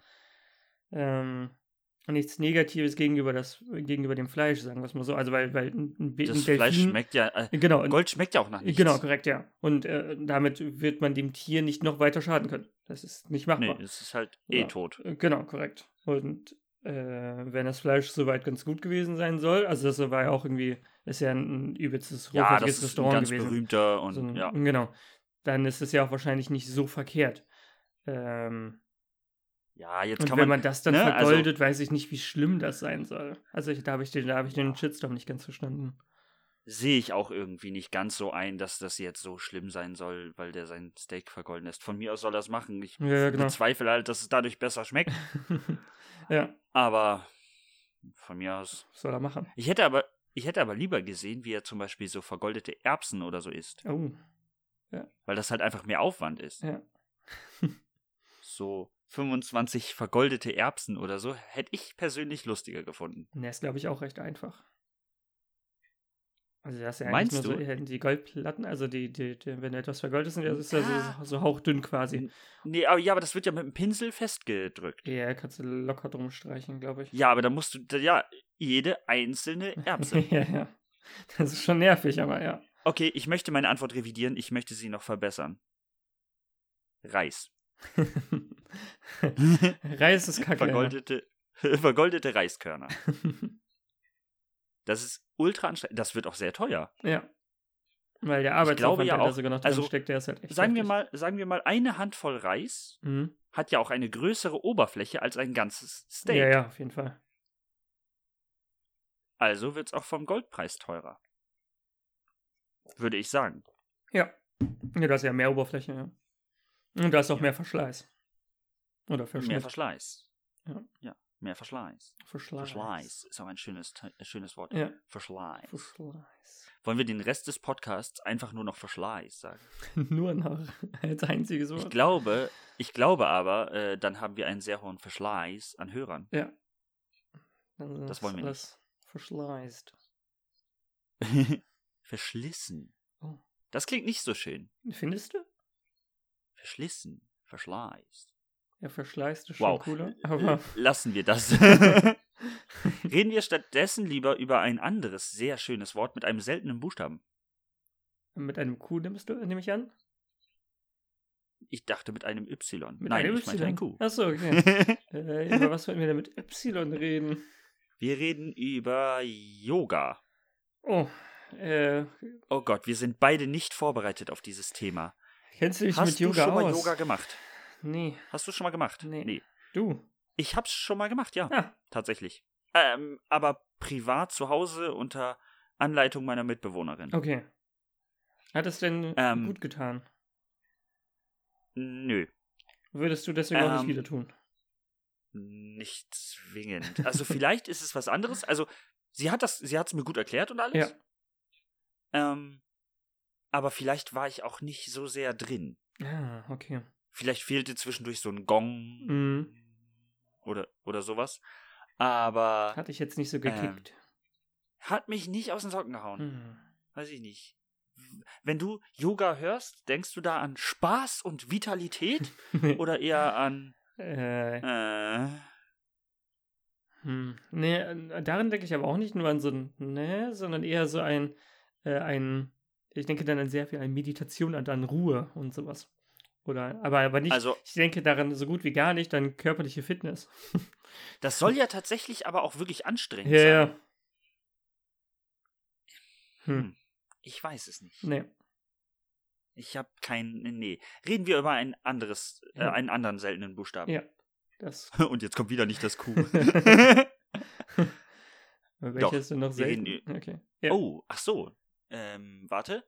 Speaker 2: ähm, nichts Negatives gegenüber das, gegenüber dem Fleisch, sagen wir es mal so. Also weil, weil ein, ein Be-
Speaker 1: Das
Speaker 2: ein Delfin,
Speaker 1: Fleisch schmeckt ja, äh,
Speaker 2: Genau, ein-
Speaker 1: Gold schmeckt ja auch nach nichts.
Speaker 2: genau, korrekt, ja. Und äh, damit wird man dem Tier nicht noch weiter schaden können. Das ist nicht
Speaker 1: Nee,
Speaker 2: machbar.
Speaker 1: es ist halt eh
Speaker 2: genau. Ja.
Speaker 1: tot.
Speaker 2: Äh, Genau, korrekt. Und äh, wenn das Fleisch soweit ganz gut gewesen sein soll, also das war ja auch irgendwie, ist ja ein, ein übelstes
Speaker 1: Ja, das
Speaker 2: hochwertiges
Speaker 1: ist ein
Speaker 2: Restaurant
Speaker 1: ganz
Speaker 2: gewesen.
Speaker 1: berühmter und
Speaker 2: so ein,
Speaker 1: ja.
Speaker 2: Genau. Dann ist es ja auch wahrscheinlich nicht so verkehrt. Ähm,
Speaker 1: Ja, jetzt
Speaker 2: und
Speaker 1: kann
Speaker 2: wenn
Speaker 1: man,
Speaker 2: man das dann
Speaker 1: ne, also-
Speaker 2: vergoldet, weiß ich nicht, wie schlimm das sein soll. Also ich, da habe ich, den- da hab ich den Shitstorm nicht ganz verstanden. [laughs]
Speaker 1: sehe ich auch irgendwie nicht ganz so ein, dass das jetzt so schlimm sein soll, weil der sein Steak vergolden lässt. Von mir aus soll das machen. Ich
Speaker 2: Ja, genau.
Speaker 1: bezweifle halt, dass es dadurch besser schmeckt,
Speaker 2: ja,
Speaker 1: aber von mir aus.
Speaker 2: soll er machen.
Speaker 1: Ich hätte aber, ich hätte aber lieber gesehen, wie er zum Beispiel so vergoldete Erbsen oder so isst,
Speaker 2: Oh,
Speaker 1: weil das halt einfach mehr Aufwand ist.
Speaker 2: ja.
Speaker 1: So 25 vergoldete Erbsen oder so hätte ich persönlich lustiger gefunden.
Speaker 2: Ne, ist, glaube ich, auch recht einfach. Also, das ist ja
Speaker 1: Meinst
Speaker 2: eigentlich nur
Speaker 1: du?
Speaker 2: so, äh, die Goldplatten, also die, die, die wenn etwas vergoldet ist, dann ist das
Speaker 1: Ah.
Speaker 2: so, so hauchdünn quasi.
Speaker 1: Nee, aber ja, aber das wird ja mit dem Pinsel festgedrückt.
Speaker 2: Ja, kannst du locker drum streichen, glaube ich.
Speaker 1: Ja, aber da musst du, ja, jede einzelne Erbse.
Speaker 2: [laughs] ja, ja. Das ist schon nervig, aber
Speaker 1: [laughs]
Speaker 2: ja.
Speaker 1: Okay, ich möchte meine Antwort revidieren. Ich möchte sie noch verbessern. Reis.
Speaker 2: [laughs] Reis ist kacke.
Speaker 1: vergoldete, [laughs] vergoldete Reiskörner.
Speaker 2: ja.
Speaker 1: Das ist ultra anstrengend. Das wird auch sehr teuer.
Speaker 2: ja. Weil der
Speaker 1: glaube
Speaker 2: Arbeitsaufwand,
Speaker 1: ja
Speaker 2: der da
Speaker 1: auch-
Speaker 2: sogar noch drin
Speaker 1: also,
Speaker 2: steckt, der ist halt echt
Speaker 1: Sagen wir,
Speaker 2: heftig.
Speaker 1: mal, sagen wir mal, eine Handvoll Reis
Speaker 2: Mhm.
Speaker 1: hat ja auch eine größere Oberfläche als ein ganzes
Speaker 2: Ja,
Speaker 1: Steak.
Speaker 2: ja, auf jeden Fall.
Speaker 1: Also wird es auch vom Goldpreis teurer. Würde ich sagen.
Speaker 2: Ja. Ja, du hast ja mehr Oberfläche, ja. Und du hast auch mehr Verschleiß. Oder
Speaker 1: Mehr
Speaker 2: Verschnitt.
Speaker 1: Verschleiß.
Speaker 2: Ja.
Speaker 1: mehr Verschleiß.
Speaker 2: Verschleiß.
Speaker 1: Verschleiß ist auch ein schönes, Te- äh, schönes Wort.
Speaker 2: Ja.
Speaker 1: Verschleiß.
Speaker 2: Verschleiß.
Speaker 1: Wollen wir den Rest des Podcasts einfach nur noch Verschleiß sagen?
Speaker 2: [laughs] Nur noch als einziges Wort.
Speaker 1: Ich glaube, ich glaube aber, äh, dann haben wir einen sehr hohen Verschleiß an
Speaker 2: [laughs]
Speaker 1: Hörern.
Speaker 2: ja. Dann
Speaker 1: das
Speaker 2: ist
Speaker 1: wollen wir
Speaker 2: alles Verschleißt.
Speaker 1: Verschlissen.
Speaker 2: Oh.
Speaker 1: Das klingt nicht so schön.
Speaker 2: Findest du?
Speaker 1: Verschlissen. Verschleiß.
Speaker 2: Ja, verschleißt ist schon
Speaker 1: Wow.
Speaker 2: cooler. Aber
Speaker 1: Äh, Lassen wir
Speaker 2: [laughs]
Speaker 1: das. Reden wir stattdessen lieber über ein anderes sehr schönes Wort mit einem seltenen Buchstaben. äh.
Speaker 2: mit einem Q nimmst du, nehme ich an?
Speaker 1: Ich dachte mit einem Y.
Speaker 2: Mit
Speaker 1: Nein,
Speaker 2: einem
Speaker 1: ich meinte ein Q.
Speaker 2: Achso, okay.
Speaker 1: [laughs]
Speaker 2: äh, über was wollen wir denn mit Y reden?
Speaker 1: wir reden über Yoga.
Speaker 2: Oh, äh,
Speaker 1: Oh Gott, wir sind beide nicht vorbereitet auf dieses Thema.
Speaker 2: kennst du dich
Speaker 1: Hast
Speaker 2: mit
Speaker 1: du
Speaker 2: Yoga
Speaker 1: schon mal
Speaker 2: aus?
Speaker 1: Yoga gemacht?
Speaker 2: Nee,
Speaker 1: Hast du schon mal gemacht?
Speaker 2: Nee. du.
Speaker 1: Ich hab's schon mal gemacht, ja.
Speaker 2: Ah,
Speaker 1: Tatsächlich. Ähm, aber privat zu Hause unter Anleitung meiner Mitbewohnerin.
Speaker 2: okay. Hat es denn
Speaker 1: Ähm.
Speaker 2: gut getan?
Speaker 1: Nö,
Speaker 2: Würdest du deswegen auch nicht
Speaker 1: Ähm.
Speaker 2: wieder tun?
Speaker 1: nicht zwingend. Also vielleicht ist es was anderes. Also sie hat das, sie hat's mir gut erklärt und alles.
Speaker 2: Ja.
Speaker 1: Ähm, aber vielleicht war ich auch nicht so sehr drin.
Speaker 2: Ah, okay.
Speaker 1: Vielleicht fehlte zwischendurch so ein Gong
Speaker 2: Mhm.
Speaker 1: oder, oder sowas. Aber
Speaker 2: Hatte ich jetzt nicht so
Speaker 1: Ähm,
Speaker 2: gekickt.
Speaker 1: hat mich nicht aus den Socken gehauen.
Speaker 2: Hm.
Speaker 1: Weiß ich nicht. Wenn du Yoga hörst, denkst du da an Spaß und Vitalität?
Speaker 2: [laughs] Nee.
Speaker 1: Oder eher an.
Speaker 2: äh,
Speaker 1: Äh,
Speaker 2: hm. nee, äh, darin denke ich aber auch nicht nur an so ein ne, sondern eher so ein, äh, ein, ich denke dann an sehr viel an Meditation und an Ruhe und sowas. Oder, aber, aber nicht,
Speaker 1: also,
Speaker 2: ich denke daran so gut wie gar nicht an körperliche Fitness. [laughs]
Speaker 1: das soll ja tatsächlich aber auch wirklich anstrengend
Speaker 2: ja,
Speaker 1: sein.
Speaker 2: ja. Hm. Ne,
Speaker 1: Ich weiß es nicht.
Speaker 2: Nee.
Speaker 1: Ich habe keinen. Nee. Reden wir über ein anderes, äh,
Speaker 2: Ja.
Speaker 1: [laughs] einen anderen seltenen Buchstaben.
Speaker 2: Ja. Das.
Speaker 1: Und jetzt kommt wieder nicht das Q. Doch,
Speaker 2: Welches denn noch
Speaker 1: wir
Speaker 2: selten?
Speaker 1: reden
Speaker 2: Okay. [laughs] Ja.
Speaker 1: Oh, ach so. Ähm, warte.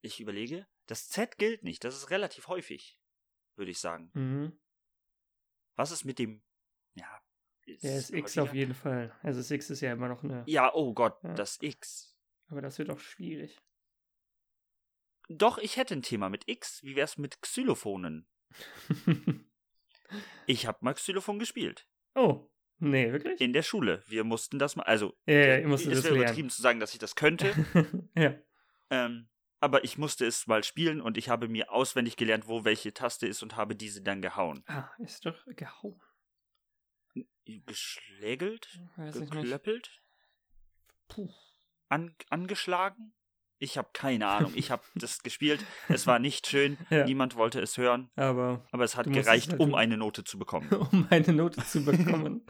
Speaker 1: Ich überlege. Das Z gilt nicht. Das ist relativ häufig, würde ich sagen.
Speaker 2: Mhm.
Speaker 1: Was ist mit dem. Ja. Ist
Speaker 2: Ja, das X
Speaker 1: häufiger?
Speaker 2: auf jeden Fall. Also das X ist ja immer noch eine.
Speaker 1: Ja, oh Gott,
Speaker 2: Ja.
Speaker 1: das X.
Speaker 2: Aber das wird auch schwierig. [laughs]
Speaker 1: Doch, ich hätte ein Thema mit X. Wie wär's mit Xylophonen? Ich hab mal Xylophon gespielt.
Speaker 2: oh, nee, wirklich?
Speaker 1: In der Schule. Wir mussten das mal. Also,
Speaker 2: ja, ja, ihr musst
Speaker 1: es
Speaker 2: das
Speaker 1: wäre
Speaker 2: lernen.
Speaker 1: übertrieben zu sagen, dass ich das könnte.
Speaker 2: [laughs] ja.
Speaker 1: ähm, aber ich musste es mal spielen und ich habe mir auswendig gelernt, wo welche Taste ist und habe diese dann gehauen.
Speaker 2: Ah, ist doch gehauen.
Speaker 1: Geschlägelt?
Speaker 2: Weiß ich nicht.
Speaker 1: Geklöppelt?
Speaker 2: Puh.
Speaker 1: An angeschlagen? Ich habe keine Ahnung. Ich habe das gespielt. Es war nicht schön.
Speaker 2: [laughs] Ja.
Speaker 1: Niemand wollte es hören.
Speaker 2: Aber [laughs]
Speaker 1: Aber es hat
Speaker 2: Du musst es
Speaker 1: gereicht,
Speaker 2: halt
Speaker 1: um
Speaker 2: tun.
Speaker 1: eine Note zu bekommen.
Speaker 2: [laughs] um eine Note zu
Speaker 1: [laughs]
Speaker 2: bekommen,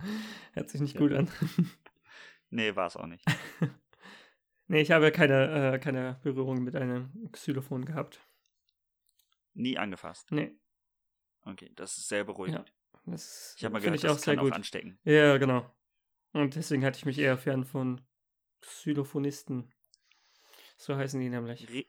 Speaker 2: hört sich nicht
Speaker 1: Ja.
Speaker 2: gut an.
Speaker 1: Nee, war es auch nicht.
Speaker 2: Nee, ich habe keine, äh, keine Berührung mit einem Xylophon gehabt.
Speaker 1: Nie angefasst.
Speaker 2: Nee,
Speaker 1: Okay, das ist sehr beruhigend.
Speaker 2: das
Speaker 1: Ich habe mal
Speaker 2: finde
Speaker 1: gehört, das
Speaker 2: auch
Speaker 1: kann
Speaker 2: sehr gut.
Speaker 1: auch anstecken.
Speaker 2: Ja, genau. Und deswegen hatte ich mich eher fern von Xylophonisten. So heißen die nämlich.
Speaker 1: Re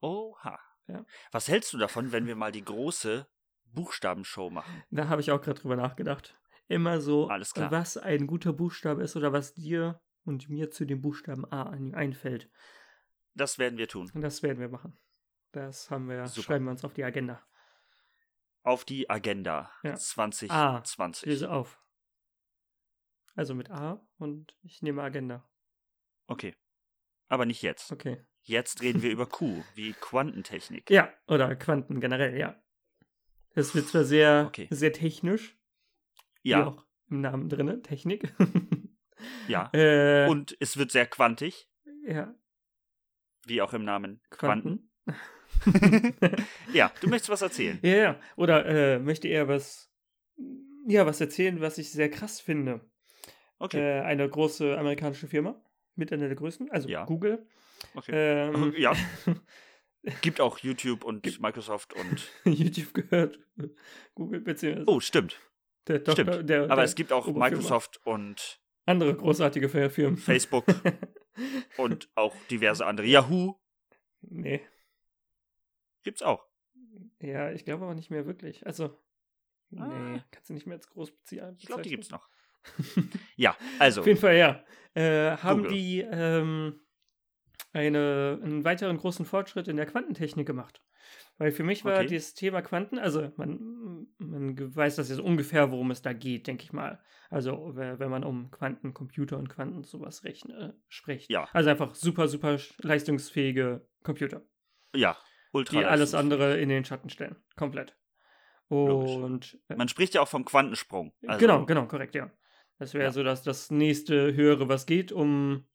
Speaker 1: Oha.
Speaker 2: Ja.
Speaker 1: Was hältst du davon, wenn wir mal die große Buchstabenshow machen?
Speaker 2: Da habe ich auch gerade drüber nachgedacht. Immer so,
Speaker 1: Alles klar.
Speaker 2: was ein guter Buchstabe ist oder was dir und mir zu dem Buchstaben A ein- einfällt.
Speaker 1: Das werden wir tun.
Speaker 2: Und das werden wir machen. Das haben wir,
Speaker 1: Super.
Speaker 2: schreiben wir uns auf die Agenda.
Speaker 1: Auf die Agenda
Speaker 2: Ja. Ah,
Speaker 1: 2020.
Speaker 2: Ich lese auf. Also mit A und ich nehme Agenda.
Speaker 1: Okay. Aber nicht jetzt.
Speaker 2: Okay.
Speaker 1: Jetzt reden wir über Q, wie Quantentechnik.
Speaker 2: Ja, oder Quanten generell, ja. Das wird zwar sehr,
Speaker 1: Okay.
Speaker 2: sehr technisch, wie
Speaker 1: Ja,
Speaker 2: auch im Namen
Speaker 1: [laughs]
Speaker 2: drin, Technik.
Speaker 1: ja.
Speaker 2: äh,
Speaker 1: Und es wird sehr quantig,
Speaker 2: ja,
Speaker 1: wie auch im Namen Quanten.
Speaker 2: Quanten.
Speaker 1: Ja, du möchtest was erzählen.
Speaker 2: [laughs] ja, ja. Oder äh, möchte eher was, ja, was erzählen, was ich sehr krass finde.
Speaker 1: Okay.
Speaker 2: Äh, eine große amerikanische Firma, mit einer der größten, also
Speaker 1: Ja.
Speaker 2: Google.
Speaker 1: okay. Äh,
Speaker 2: Ähm,
Speaker 1: Ja. Gibt auch YouTube und Microsoft und.
Speaker 2: [laughs] YouTube gehört Google, beziehungsweise
Speaker 1: Oh, stimmt.
Speaker 2: der Doktor,
Speaker 1: stimmt.
Speaker 2: der,
Speaker 1: Aber
Speaker 2: der
Speaker 1: es gibt auch
Speaker 2: Oberfirma.
Speaker 1: Microsoft und
Speaker 2: [laughs] andere großartige Fir- Firmen.
Speaker 1: Facebook und auch diverse andere. Yahoo
Speaker 2: [laughs] nee,
Speaker 1: gibt's auch.
Speaker 2: ja, ich glaube aber nicht mehr wirklich. Also, nee,
Speaker 1: Ah.
Speaker 2: kannst du nicht mehr als groß beziehen.
Speaker 1: Ich glaube, die gibt's noch. Ja, also.
Speaker 2: Auf jeden Fall, ja. Äh, haben
Speaker 1: Google.
Speaker 2: die ähm, eine, einen weiteren großen Fortschritt in der Quantentechnik gemacht. Weil für mich war
Speaker 1: Okay.
Speaker 2: dieses Thema Quanten, also man, man ge- weiß das jetzt ungefähr, worum es da geht, denke ich mal. Also we- wenn man um Quantencomputer und Quanten sowas rechne, äh, spricht.
Speaker 1: Ja.
Speaker 2: Also einfach super, super sch- leistungsfähige Computer
Speaker 1: Ja, ultra.
Speaker 2: die alles andere in den Schatten stellen. Komplett.
Speaker 1: Logisch.
Speaker 2: Und äh,
Speaker 1: Man spricht ja auch vom Quantensprung. Also,
Speaker 2: genau, genau, korrekt, ja. Das wäre
Speaker 1: Ja.
Speaker 2: so das, das nächste höhere, was geht, um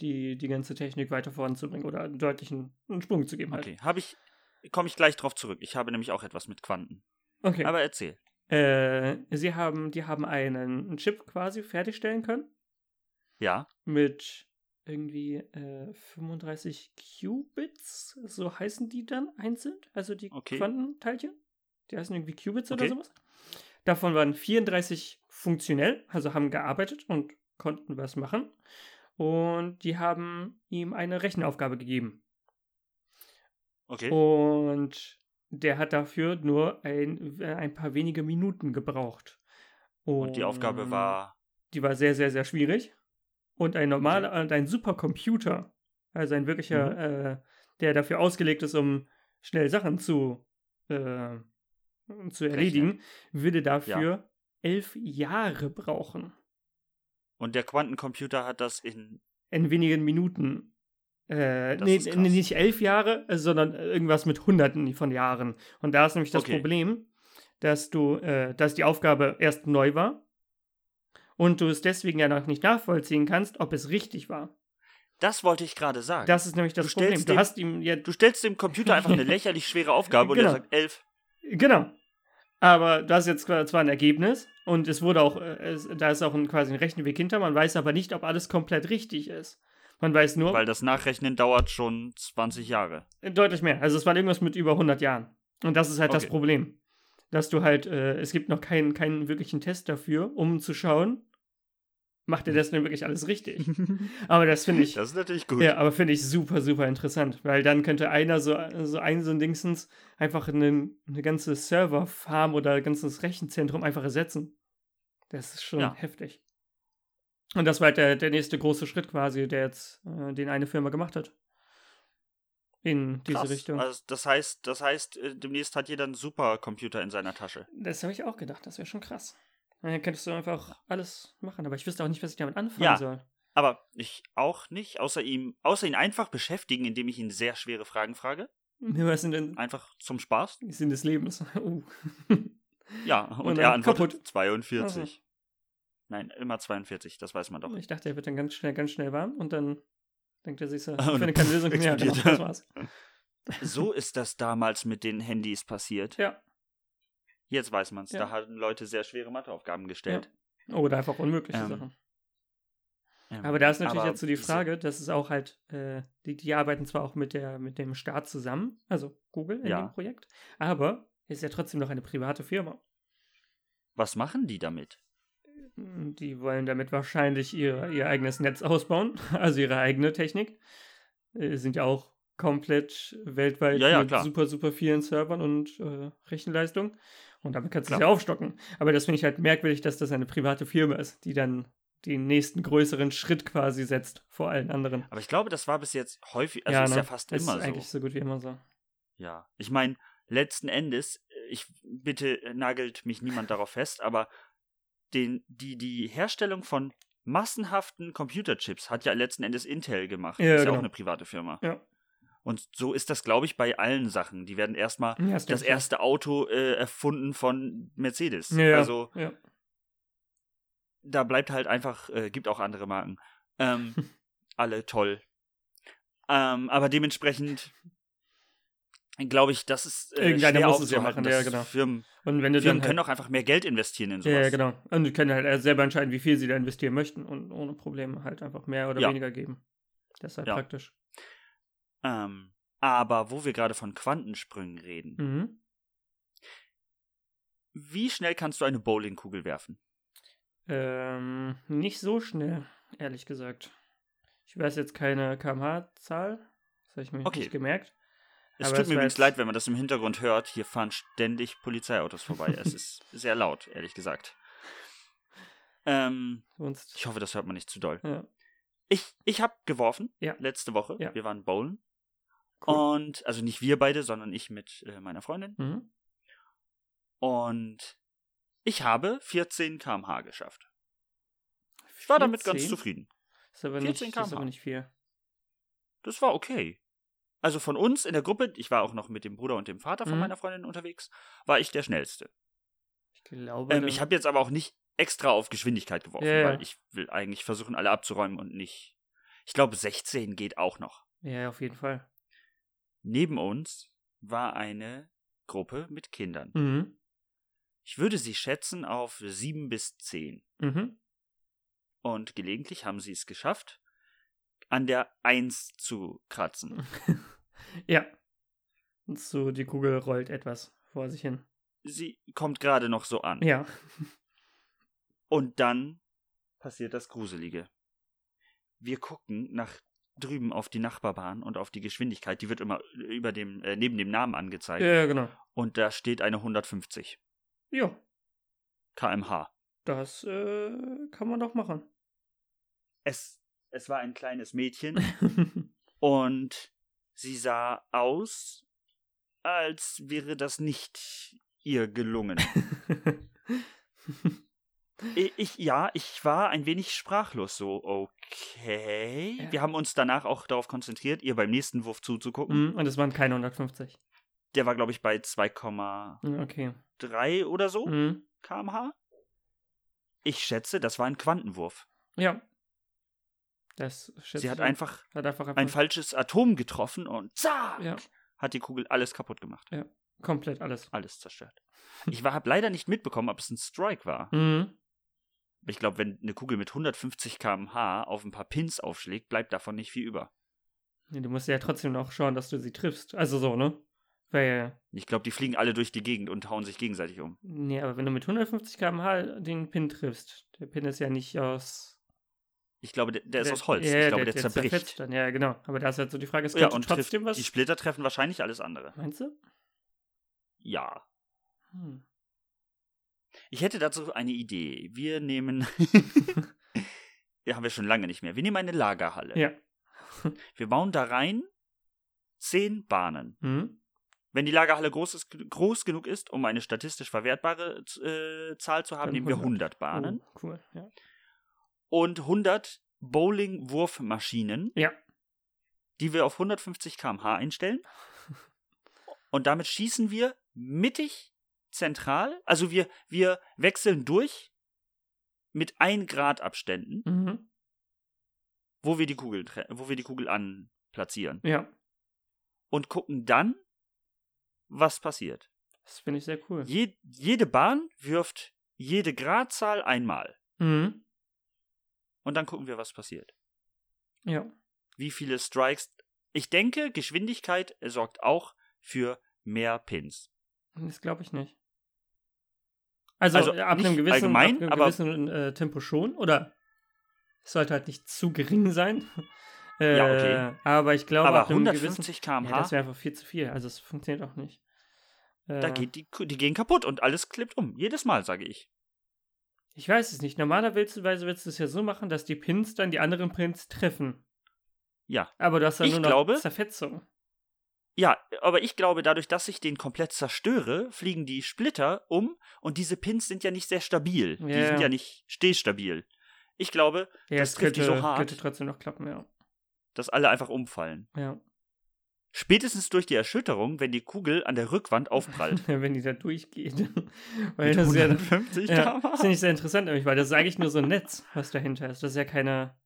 Speaker 2: die, die ganze Technik weiter voranzubringen oder einen deutlichen einen Sprung zu geben halt.
Speaker 1: Okay, habe ich. Komme ich gleich drauf zurück. Ich habe nämlich auch etwas mit Quanten.
Speaker 2: Okay.
Speaker 1: Aber erzähl.
Speaker 2: äh, sie haben, die haben einen Chip quasi fertigstellen können
Speaker 1: Ja,
Speaker 2: mit irgendwie äh, 35 Qubits, so heißen die dann einzeln, also die
Speaker 1: Okay.
Speaker 2: Quantenteilchen. Die heißen irgendwie Qubits
Speaker 1: Okay.
Speaker 2: oder sowas. Davon waren 34 funktionell, also haben gearbeitet und konnten was machen. Und die haben ihm eine Rechenaufgabe gegeben.
Speaker 1: okay.
Speaker 2: Und der hat dafür nur ein, äh, ein paar wenige Minuten gebraucht.
Speaker 1: Und die Aufgabe
Speaker 2: Und-
Speaker 1: war.
Speaker 2: die war sehr, sehr, sehr schwierig. Und ein normaler, und ein Supercomputer, also ein wirklicher, äh, der dafür ausgelegt ist, um schnell Sachen zu, äh, zu erledigen, würde dafür elf Jahre brauchen.
Speaker 1: Und der Quantencomputer hat das in.
Speaker 2: In wenigen Minuten. Äh,
Speaker 1: Das
Speaker 2: nee,
Speaker 1: ist krass.
Speaker 2: nee, nicht elf Jahre, äh, sondern irgendwas mit Hunderten von Jahren. Und da ist nämlich das
Speaker 1: Okay.
Speaker 2: Problem, dass du, äh, dass die Aufgabe erst neu war und du es deswegen ja noch nicht nachvollziehen kannst, ob es richtig war.
Speaker 1: Das wollte ich gerade sagen.
Speaker 2: Das ist nämlich das
Speaker 1: Du stellst
Speaker 2: Problem. Du
Speaker 1: dem-
Speaker 2: hast ihm ja.
Speaker 1: du stellst dem Computer einfach
Speaker 2: [laughs]
Speaker 1: eine lächerlich schwere Aufgabe und er
Speaker 2: Genau.
Speaker 1: sagt elf.
Speaker 2: Genau. Aber du hast jetzt zwar zwar ein Ergebnis und es wurde auch, äh, es, da ist auch ein, quasi ein Rechenweg hinter, man weiß aber nicht, ob alles komplett richtig ist. Man weiß nur
Speaker 1: Weil das Nachrechnen dauert schon 20 Jahre.
Speaker 2: äh, deutlich mehr. Also es war irgendwas mit über 100 Jahren. Und das ist halt das
Speaker 1: Okay.
Speaker 2: Problem. Dass du halt, äh, es gibt noch keinen, keinen wirklichen Test dafür, um zu schauen, macht er das denn wirklich
Speaker 1: [laughs]
Speaker 2: alles richtig? Aber das finde ich,
Speaker 1: Mhm. Das ist natürlich gut.
Speaker 2: ja, aber finde ich super, super interessant, weil dann könnte einer so, so ein so ein Dingsens einfach einen, eine ganze Serverfarm oder ein ganzes Rechenzentrum einfach ersetzen. Das ist schon
Speaker 1: Ja.
Speaker 2: heftig. Und das war halt der, der nächste große Schritt quasi, der jetzt, äh, den eine Firma gemacht hat. In diese
Speaker 1: Krass.
Speaker 2: Richtung.
Speaker 1: Also das heißt, das heißt, äh, demnächst hat jeder einen Supercomputer in seiner Tasche.
Speaker 2: Das habe ich auch gedacht, das wäre schon krass. Dann könntest du einfach alles machen, aber ich wüsste auch nicht, was ich damit anfangen
Speaker 1: Ja.
Speaker 2: soll.
Speaker 1: Aber ich auch nicht, außer ihm, außer ihn einfach beschäftigen, indem ich ihn sehr schwere Fragen frage.
Speaker 2: Was sind denn
Speaker 1: Einfach zum Spaß.
Speaker 2: Sinn des Lebens? [laughs] Uh.
Speaker 1: Ja, und,
Speaker 2: [laughs] Und dann
Speaker 1: er antwortet
Speaker 2: kaputt. Also.
Speaker 1: 42. Nein, immer 42, das weiß man doch.
Speaker 2: Ich dachte, er wird dann ganz schnell, ganz schnell warm und dann denkt er sich so, ich
Speaker 1: Ah, und
Speaker 2: finde keine Lösung mehr. Genau,
Speaker 1: explodiert.
Speaker 2: [laughs] das war's. [laughs]
Speaker 1: So ist das damals mit den Handys passiert.
Speaker 2: Ja.
Speaker 1: Jetzt weiß man's.
Speaker 2: Ja.
Speaker 1: Da hatten Leute sehr schwere Matheaufgaben gestellt.
Speaker 2: Oder einfach unmögliche
Speaker 1: Ähm,
Speaker 2: Sachen.
Speaker 1: Ähm,
Speaker 2: Aber da ist natürlich
Speaker 1: aber
Speaker 2: jetzt so die
Speaker 1: diese-
Speaker 2: Frage, das ist auch halt, äh, die, die arbeiten zwar auch mit, der, mit dem Staat zusammen, also Google in
Speaker 1: Ja.
Speaker 2: dem Projekt, aber ist ja trotzdem noch eine private Firma.
Speaker 1: Was machen die damit?
Speaker 2: Die wollen damit wahrscheinlich ihr, ihr eigenes Netz ausbauen, [laughs] also ihre eigene Technik. Äh, sind ja auch komplett weltweit
Speaker 1: Ja, ja,
Speaker 2: mit
Speaker 1: klar.
Speaker 2: super, super vielen Servern und äh, Rechenleistung. Und damit kannst du es ja
Speaker 1: Klar.
Speaker 2: aufstocken. Aber das finde ich halt merkwürdig, dass das eine private Firma ist, die dann den nächsten größeren Schritt quasi setzt vor allen anderen.
Speaker 1: Aber ich glaube, das war bis jetzt häufig, also
Speaker 2: Ja,
Speaker 1: ist
Speaker 2: ne?
Speaker 1: ja fast
Speaker 2: Das
Speaker 1: immer
Speaker 2: ist
Speaker 1: so.
Speaker 2: eigentlich so gut wie immer so.
Speaker 1: Ja, ich meine, letzten Endes, äh, ich bitte äh, nagelt mich niemand darauf fest, aber den, die, die Herstellung von massenhaften Computerchips hat ja letzten Endes Intel gemacht.
Speaker 2: Ja,
Speaker 1: ist ja
Speaker 2: genau.
Speaker 1: auch eine private Firma.
Speaker 2: Ja.
Speaker 1: Und so ist das, glaube ich, bei allen Sachen. Die werden erstmal
Speaker 2: Ja, stimmt.
Speaker 1: das erste Auto äh, erfunden von Mercedes.
Speaker 2: Ja, ja.
Speaker 1: Also
Speaker 2: ja.
Speaker 1: da bleibt halt einfach, äh, gibt auch andere Marken. Ähm,
Speaker 2: [laughs]
Speaker 1: alle toll. Ähm, aber dementsprechend glaube ich, das ist äh,
Speaker 2: Irgendeiner
Speaker 1: schwer
Speaker 2: muss es ja
Speaker 1: aufzuhalten,
Speaker 2: machen, ja,
Speaker 1: dass
Speaker 2: genau.
Speaker 1: Firmen,
Speaker 2: Und wenn du
Speaker 1: Firmen
Speaker 2: dann
Speaker 1: können
Speaker 2: halt,
Speaker 1: auch einfach mehr Geld investieren in
Speaker 2: ja,
Speaker 1: sowas.
Speaker 2: ja, genau. Und die können halt selber entscheiden, wie viel sie da investieren möchten und ohne Probleme halt einfach mehr oder
Speaker 1: Ja.
Speaker 2: weniger geben. Das ist halt
Speaker 1: Ja.
Speaker 2: praktisch.
Speaker 1: Ähm, aber wo wir gerade von Quantensprüngen reden,
Speaker 2: Mhm.
Speaker 1: wie schnell kannst du eine Bowlingkugel werfen?
Speaker 2: Ähm, nicht so schnell, ehrlich gesagt. Ich weiß jetzt keine kmh-Zahl. Das habe ich mir
Speaker 1: Okay.
Speaker 2: nicht gemerkt.
Speaker 1: Es
Speaker 2: Aber
Speaker 1: tut
Speaker 2: es
Speaker 1: mir
Speaker 2: war
Speaker 1: übrigens
Speaker 2: jetzt-
Speaker 1: leid, wenn man das im Hintergrund hört. Hier fahren ständig Polizeiautos vorbei. es ist
Speaker 2: [laughs]
Speaker 1: sehr laut, ehrlich gesagt. Ähm,
Speaker 2: Sonst,
Speaker 1: ich hoffe, das hört man nicht zu doll.
Speaker 2: ja,
Speaker 1: Ich, ich habe geworfen
Speaker 2: Ja.
Speaker 1: letzte Woche.
Speaker 2: Ja.
Speaker 1: Wir waren bowlen.
Speaker 2: cool.
Speaker 1: Und, also nicht wir beide, sondern ich mit äh, meiner Freundin.
Speaker 2: Mhm.
Speaker 1: Und ich habe 14 km/h geschafft. Ich war damit ganz
Speaker 2: 14?
Speaker 1: zufrieden.
Speaker 2: Ist aber
Speaker 1: 14
Speaker 2: nicht, das ist
Speaker 1: kmh.
Speaker 2: aber nicht viel.
Speaker 1: Das war okay. Also von uns in der Gruppe, ich war auch noch mit dem Bruder und dem Vater von
Speaker 2: Mhm.
Speaker 1: meiner Freundin unterwegs, war ich der Schnellste.
Speaker 2: Ich glaube.
Speaker 1: Ähm,
Speaker 2: Oh, da-
Speaker 1: ich habe jetzt aber auch nicht extra auf Geschwindigkeit geworfen,
Speaker 2: Ja, ja.
Speaker 1: weil ich will eigentlich versuchen, alle abzuräumen und nicht. Ich glaube, 16 geht auch noch.
Speaker 2: ja, auf jeden Fall.
Speaker 1: Neben uns war eine Gruppe mit Kindern.
Speaker 2: Mhm.
Speaker 1: Ich würde sie schätzen auf sieben bis zehn.
Speaker 2: Mhm. [laughs]
Speaker 1: Und gelegentlich haben sie es geschafft, an der Eins zu kratzen.
Speaker 2: ja. Und so, die Kugel rollt etwas vor sich hin.
Speaker 1: Sie kommt gerade noch so an.
Speaker 2: Ja.
Speaker 1: Und dann passiert das Gruselige. Wir gucken nach drüben auf die Nachbarbahn und auf die Geschwindigkeit. Die wird immer über dem, äh, neben dem Namen angezeigt.
Speaker 2: Ja, genau.
Speaker 1: Und da steht eine 150
Speaker 2: Ja,
Speaker 1: kmh.
Speaker 2: das äh, kann man
Speaker 1: [laughs]
Speaker 2: doch machen.
Speaker 1: Es, es war ein kleines Mädchen und sie sah aus, als wäre das nicht ihr
Speaker 2: [laughs]
Speaker 1: gelungen. I- Ich, ja, ich war ein wenig sprachlos so, okay.
Speaker 2: Ja.
Speaker 1: Wir haben uns danach auch darauf konzentriert, ihr beim nächsten Wurf zuzugucken.
Speaker 2: Mhm, Und es waren keine 150.
Speaker 1: Der war, glaube ich, bei 2,3
Speaker 2: Mhm, Okay.
Speaker 1: oder so
Speaker 2: Mhm.
Speaker 1: kmh. Ich schätze, das war ein Quantenwurf.
Speaker 2: Ja. Das schätze
Speaker 1: Sie hat
Speaker 2: ich auch.
Speaker 1: einfach
Speaker 2: hat einfach,
Speaker 1: ein
Speaker 2: einfach
Speaker 1: falsches Atom getroffen und zack,
Speaker 2: Ja.
Speaker 1: hat die Kugel alles kaputt gemacht.
Speaker 2: komplett alles.
Speaker 1: Alles
Speaker 2: [laughs]
Speaker 1: zerstört. Ich habe leider nicht mitbekommen, ob es ein Strike war.
Speaker 2: Mhm.
Speaker 1: Ich glaube, wenn eine Kugel mit 150 km/h auf ein paar Pins aufschlägt, bleibt davon nicht viel über.
Speaker 2: Ja, Du musst ja trotzdem noch schauen, dass du sie triffst. Also so, ne? Weil,
Speaker 1: Ich glaube, die fliegen alle durch die Gegend und hauen sich gegenseitig um.
Speaker 2: nee, aber wenn du mit 150 km/h den Pin triffst, der Pin ist ja nicht aus
Speaker 1: Ich glaube, der, der ist aus Holz.
Speaker 2: ja,
Speaker 1: ich glaube, der,
Speaker 2: zerfetzt
Speaker 1: zerbricht.
Speaker 2: Dann. Ja, genau. Aber da ist halt so die Frage, es
Speaker 1: Ja,
Speaker 2: könnte
Speaker 1: und trifft,
Speaker 2: trotzdem was.
Speaker 1: die Splitter treffen wahrscheinlich alles andere.
Speaker 2: Meinst du?
Speaker 1: Ja.
Speaker 2: Hm.
Speaker 1: Ich hätte dazu eine Idee. Wir
Speaker 2: [laughs]
Speaker 1: nehmen. ja, haben wir schon lange nicht mehr. Wir nehmen eine Lagerhalle.
Speaker 2: Ja.
Speaker 1: Wir bauen da rein zehn Bahnen.
Speaker 2: Hm?
Speaker 1: Wenn die Lagerhalle groß, ist, groß genug ist, um eine statistisch verwertbare äh, Zahl zu haben,
Speaker 2: Dann
Speaker 1: nehmen wir
Speaker 2: 100.
Speaker 1: 100 Bahnen.
Speaker 2: Oh, cool. Ja.
Speaker 1: Und 100 Bowling-Wurfmaschinen,
Speaker 2: ja.
Speaker 1: die wir auf 150 km/h einstellen. Und damit schießen wir mittig zentral. Also wir, wir wechseln durch mit 1 Grad Abständen,
Speaker 2: Mhm.
Speaker 1: wo wir die Kugel, tre- wo wir die Kugel anplatzieren.
Speaker 2: Ja.
Speaker 1: Und gucken dann, was passiert.
Speaker 2: Das finde ich sehr cool.
Speaker 1: Je, jede Bahn wirft jede Gradzahl einmal.
Speaker 2: Mhm.
Speaker 1: Und dann gucken wir, was passiert.
Speaker 2: Ja.
Speaker 1: Wie viele Strikes. Ich denke, Geschwindigkeit sorgt auch für mehr Pins.
Speaker 2: Das glaube ich nicht. Also,
Speaker 1: Also,
Speaker 2: ab
Speaker 1: nicht
Speaker 2: einem gewissen,
Speaker 1: allgemein,
Speaker 2: ab einem
Speaker 1: aber-
Speaker 2: gewissen äh, Tempo schon, oder? Es sollte halt nicht zu gering sein. Äh,
Speaker 1: [laughs] Ja, okay.
Speaker 2: Aber ich glaube,
Speaker 1: Aber
Speaker 2: ab einem gewissen,
Speaker 1: 150
Speaker 2: ja,
Speaker 1: km/h,
Speaker 2: das wäre einfach viel zu viel. Also es funktioniert auch nicht. Äh,
Speaker 1: da geht die, die gehen kaputt und alles klippt um. Jedes Mal, sage ich.
Speaker 2: Ich weiß es nicht. Normalerweise willst du es ja so machen, dass die Pins dann die anderen Pins treffen.
Speaker 1: Ja.
Speaker 2: Aber du hast dann
Speaker 1: Ich
Speaker 2: nur noch
Speaker 1: glaube-
Speaker 2: Zerfetzung.
Speaker 1: Ja, aber ich glaube, dadurch, dass ich den komplett zerstöre, fliegen die Splitter um und diese Pins sind ja nicht sehr stabil. Die
Speaker 2: Ja.
Speaker 1: sind ja nicht stehstabil. Ich glaube,
Speaker 2: Ja,
Speaker 1: Das
Speaker 2: es
Speaker 1: trifft die
Speaker 2: könnte,
Speaker 1: so hart.
Speaker 2: könnte trotzdem noch klappen, ja.
Speaker 1: dass alle einfach umfallen.
Speaker 2: ja.
Speaker 1: Spätestens durch die Erschütterung, wenn die Kugel an der Rückwand aufprallt.
Speaker 2: Wenn die da durchgeht. [laughs] Weil
Speaker 1: Mit
Speaker 2: das ist
Speaker 1: [laughs]
Speaker 2: ja dann [laughs]
Speaker 1: 150
Speaker 2: Ja,
Speaker 1: km/h.
Speaker 2: ist ja nicht sehr interessant, nämlich, weil das ist eigentlich nur so ein Netz, was dahinter ist. Das ist ja keine,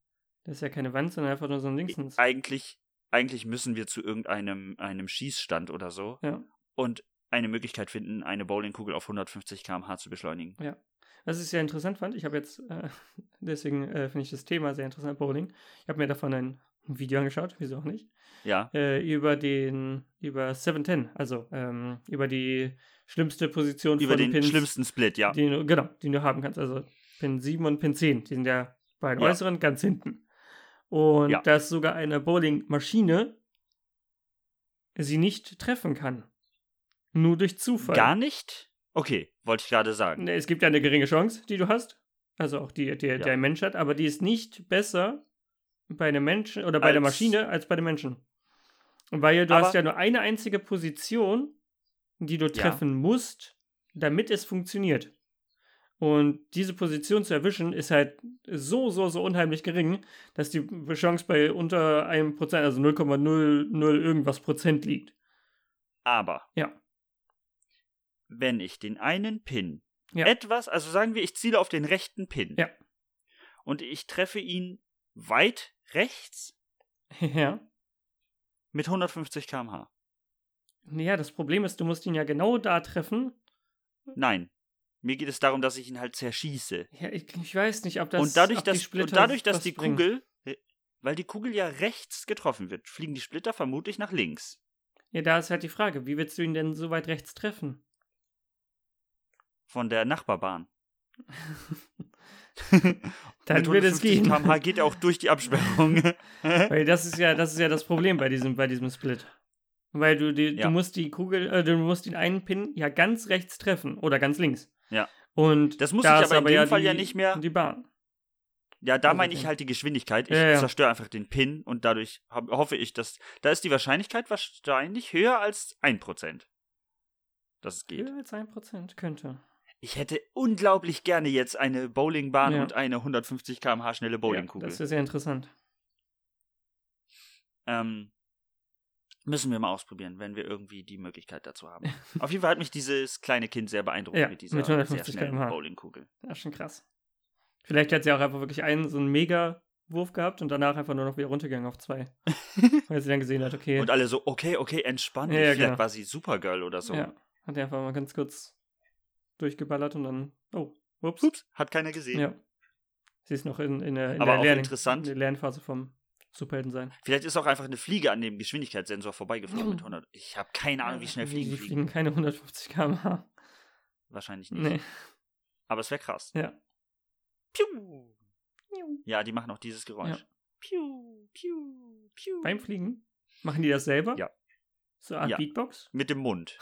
Speaker 2: das ist ja keine Wand, sondern einfach nur so ein Dingsens.
Speaker 1: Eigentlich, eigentlich müssen wir zu irgendeinem einem Schießstand oder so
Speaker 2: Ja.
Speaker 1: und eine Möglichkeit finden, eine Bowlingkugel auf 150 km/h zu beschleunigen.
Speaker 2: Was ich sehr interessant fand, ich habe jetzt, äh, [laughs] deswegen äh, finde ich das Thema sehr interessant, Bowling. Ich habe mir davon ein Video angeschaut, wieso auch nicht,
Speaker 1: Ja,
Speaker 2: äh, über den, über 710, also ähm, über die schlimmste Position
Speaker 1: über
Speaker 2: von
Speaker 1: den
Speaker 2: Pins,
Speaker 1: schlimmsten Split, ja.
Speaker 2: den du, genau, den du haben kannst. Also Pin 7 und Pin 10, die sind ja bei den
Speaker 1: Ja.
Speaker 2: äußeren ganz hinten. Und
Speaker 1: Ja.
Speaker 2: dass sogar eine Bowlingmaschine sie nicht treffen kann. Nur durch Zufall.
Speaker 1: Gar nicht? Okay, wollte ich gerade sagen.
Speaker 2: Nee, Es gibt ja eine geringe Chance, die du hast. Also auch die, die der
Speaker 1: Ja.
Speaker 2: Mensch hat, aber die ist nicht besser bei einem Menschen oder bei der
Speaker 1: Als-
Speaker 2: Maschine als bei dem Menschen. Weil du
Speaker 1: Aber-
Speaker 2: hast ja nur eine einzige Position, die du treffen musst, damit es funktioniert. Und diese Position zu erwischen, ist halt so, so, so unheimlich gering, dass die Chance bei unter einem Prozent, also 0,00 irgendwas Prozent liegt. [laughs]
Speaker 1: Aber
Speaker 2: Ja.
Speaker 1: wenn ich den einen Pin
Speaker 2: Ja.
Speaker 1: etwas, also sagen wir, ich ziele auf den rechten Pin
Speaker 2: Ja.
Speaker 1: und ich treffe ihn weit rechts
Speaker 2: ja.
Speaker 1: mit 150 km/h.
Speaker 2: Ja, das Problem ist, du musst ihn ja genau da treffen,
Speaker 1: Nein. Mir geht es darum, dass ich ihn halt zerschieße.
Speaker 2: Ja, ich, ich weiß nicht, ob das.
Speaker 1: und dadurch,
Speaker 2: ob die
Speaker 1: dass, und
Speaker 2: Splitter
Speaker 1: dadurch, dass
Speaker 2: was
Speaker 1: die
Speaker 2: bringen.
Speaker 1: Kugel, äh, weil die Kugel ja rechts getroffen wird, fliegen die Splitter vermutlich nach links.
Speaker 2: Ja, da ist halt die Frage, wie willst du ihn denn so weit rechts treffen?
Speaker 1: Von der Nachbarbahn.
Speaker 2: Dann wird es gehen. [laughs]
Speaker 1: kmh geht er auch durch die Absperrung.
Speaker 2: Weil das ist ja, das ist ja das Problem bei diesem, bei diesem Split. Weil du, die,
Speaker 1: Ja.
Speaker 2: du musst die Kugel, äh, du musst den einen Pin ja ganz rechts treffen oder ganz links.
Speaker 1: Ja.
Speaker 2: Und
Speaker 1: Das muss
Speaker 2: da
Speaker 1: ich
Speaker 2: ist
Speaker 1: aber in dem
Speaker 2: ja
Speaker 1: Fall
Speaker 2: die,
Speaker 1: ja nicht mehr-
Speaker 2: Die Bahn.
Speaker 1: ja, da
Speaker 2: Also
Speaker 1: meine ich
Speaker 2: den-
Speaker 1: halt die Geschwindigkeit. Ich
Speaker 2: Ja, ja.
Speaker 1: zerstöre einfach den Pin und dadurch hab, hoffe ich, dass. Da ist die Wahrscheinlichkeit wahrscheinlich höher als 1%. Dass es geht.
Speaker 2: Höher als 1% könnte.
Speaker 1: Ich hätte unglaublich gerne jetzt eine Bowlingbahn
Speaker 2: Ja.
Speaker 1: und eine 150 km/h schnelle
Speaker 2: Ja,
Speaker 1: Bowlingkugel.
Speaker 2: das wäre sehr interessant.
Speaker 1: ähm, müssen wir mal ausprobieren, wenn wir irgendwie die Möglichkeit dazu haben. Auf jeden Fall hat mich dieses kleine Kind sehr beeindruckt
Speaker 2: Ja,
Speaker 1: mit dieser
Speaker 2: mit 150
Speaker 1: sehr schnellen
Speaker 2: km/h.
Speaker 1: Bowlingkugel.
Speaker 2: Ja, schon krass. Vielleicht hat sie auch einfach wirklich einen so einen Mega-Wurf gehabt und danach einfach nur noch wieder runtergegangen
Speaker 1: [laughs]
Speaker 2: auf zwei. weil sie dann gesehen hat, okay.
Speaker 1: Und alle so, okay, okay, entspann dich.
Speaker 2: Ja, ja,
Speaker 1: Vielleicht
Speaker 2: genau.
Speaker 1: war sie Supergirl oder so.
Speaker 2: Ja, hat er einfach mal ganz kurz durchgeballert und dann, oh, ups.
Speaker 1: Ups, hat keiner gesehen.
Speaker 2: Ja. Sie ist noch in, in der, in
Speaker 1: Aber
Speaker 2: der,
Speaker 1: auch
Speaker 2: Lern
Speaker 1: interessant.
Speaker 2: in der Lernphase vom Superhelden sein.
Speaker 1: Vielleicht ist auch einfach eine Fliege an dem Geschwindigkeitssensor vorbeigeflogen
Speaker 2: Ja.
Speaker 1: mit 100. Ich habe keine Ahnung, wie schnell Fliegen
Speaker 2: Die
Speaker 1: fliegen.
Speaker 2: Mhm. fliegen keine 150 km/h.
Speaker 1: Wahrscheinlich nicht.
Speaker 2: Nee.
Speaker 1: Aber es wäre krass.
Speaker 2: Ja.
Speaker 1: Piu! Ja, die machen auch dieses Geräusch.
Speaker 2: Ja.
Speaker 1: Piu, piu, piu.
Speaker 2: Beim Fliegen? Machen die das selber?
Speaker 1: Ja.
Speaker 2: So eine Art
Speaker 1: Ja. [laughs]
Speaker 2: Beatbox?
Speaker 1: Mit dem Mund.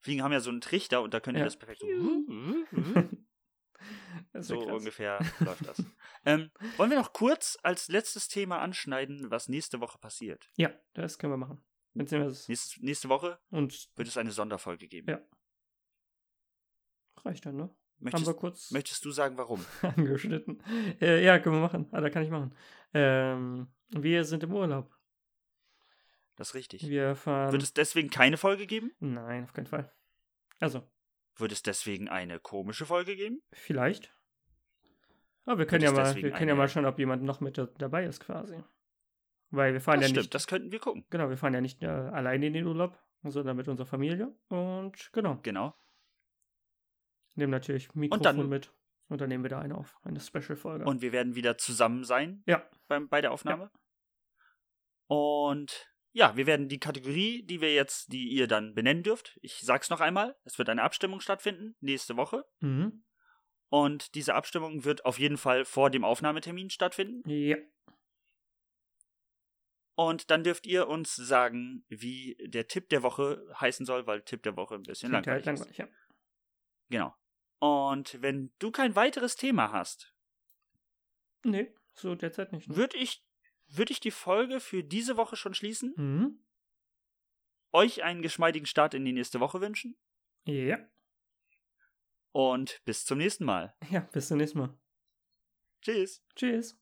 Speaker 1: Fliegen haben ja so einen Trichter und da können die
Speaker 2: Ja.
Speaker 1: das perfekt so.
Speaker 2: [laughs] Das wär
Speaker 1: So
Speaker 2: krass.
Speaker 1: ungefähr läuft das. Ähm, wollen wir noch kurz als letztes Thema anschneiden, was nächste Woche passiert?
Speaker 2: Ja, das können wir machen. Wenn's immer ist.
Speaker 1: Nächste, nächste Woche
Speaker 2: Und
Speaker 1: wird es eine Sonderfolge geben.
Speaker 2: Ja. reicht dann, ne? Haben
Speaker 1: Möchtest,
Speaker 2: wir kurz [laughs]
Speaker 1: möchtest du sagen, warum?
Speaker 2: angeschnitten. Äh, ja, können wir machen. Ah, da kann ich machen. Ähm, wir sind im Urlaub.
Speaker 1: Das ist richtig.
Speaker 2: Wir fahren.
Speaker 1: Wird es deswegen keine Folge geben?
Speaker 2: Nein, auf keinen Fall. Also,
Speaker 1: Wird es deswegen eine komische Folge geben?
Speaker 2: vielleicht. Aber wir können
Speaker 1: Wird
Speaker 2: ja
Speaker 1: es
Speaker 2: mal,
Speaker 1: deswegen
Speaker 2: wir können ja
Speaker 1: eine-
Speaker 2: mal schauen, ob jemand noch mit da- dabei ist quasi. Weil wir fahren
Speaker 1: Das
Speaker 2: ja
Speaker 1: stimmt,
Speaker 2: nicht.
Speaker 1: das könnten wir gucken.
Speaker 2: Genau, wir fahren ja nicht äh, alleine in den Urlaub, sondern mit unserer Familie. Und genau,
Speaker 1: Genau.
Speaker 2: nehmen natürlich Mikrofon
Speaker 1: dann-
Speaker 2: mit. Und dann nehmen wir da eine auf. Eine Special-Folge.
Speaker 1: Und wir werden wieder zusammen sein
Speaker 2: Ja.
Speaker 1: beim, bei der Aufnahme. Und ja, wir werden die Kategorie, die wir jetzt, die ihr dann benennen dürft, ich sag's noch einmal, es wird eine Abstimmung stattfinden nächste Woche.
Speaker 2: Mhm.
Speaker 1: Und diese Abstimmung wird auf jeden Fall vor dem Aufnahmetermin stattfinden.
Speaker 2: Ja.
Speaker 1: Und dann dürft ihr uns sagen, wie der Tipp der Woche heißen soll, weil Tipp der Woche ein bisschen
Speaker 2: Klingt
Speaker 1: langweilig,
Speaker 2: halt langweilig, ja.
Speaker 1: ist. Genau. Und wenn du kein weiteres Thema hast,
Speaker 2: Nee, so derzeit nicht. ne?
Speaker 1: würde ich, würd ich die Folge für diese Woche schon schließen,
Speaker 2: Mhm.
Speaker 1: euch einen geschmeidigen Start in die nächste Woche wünschen
Speaker 2: Ja.
Speaker 1: und bis zum nächsten Mal.
Speaker 2: Ja, bis zum nächsten Mal.
Speaker 1: Tschüss.
Speaker 2: Tschüss.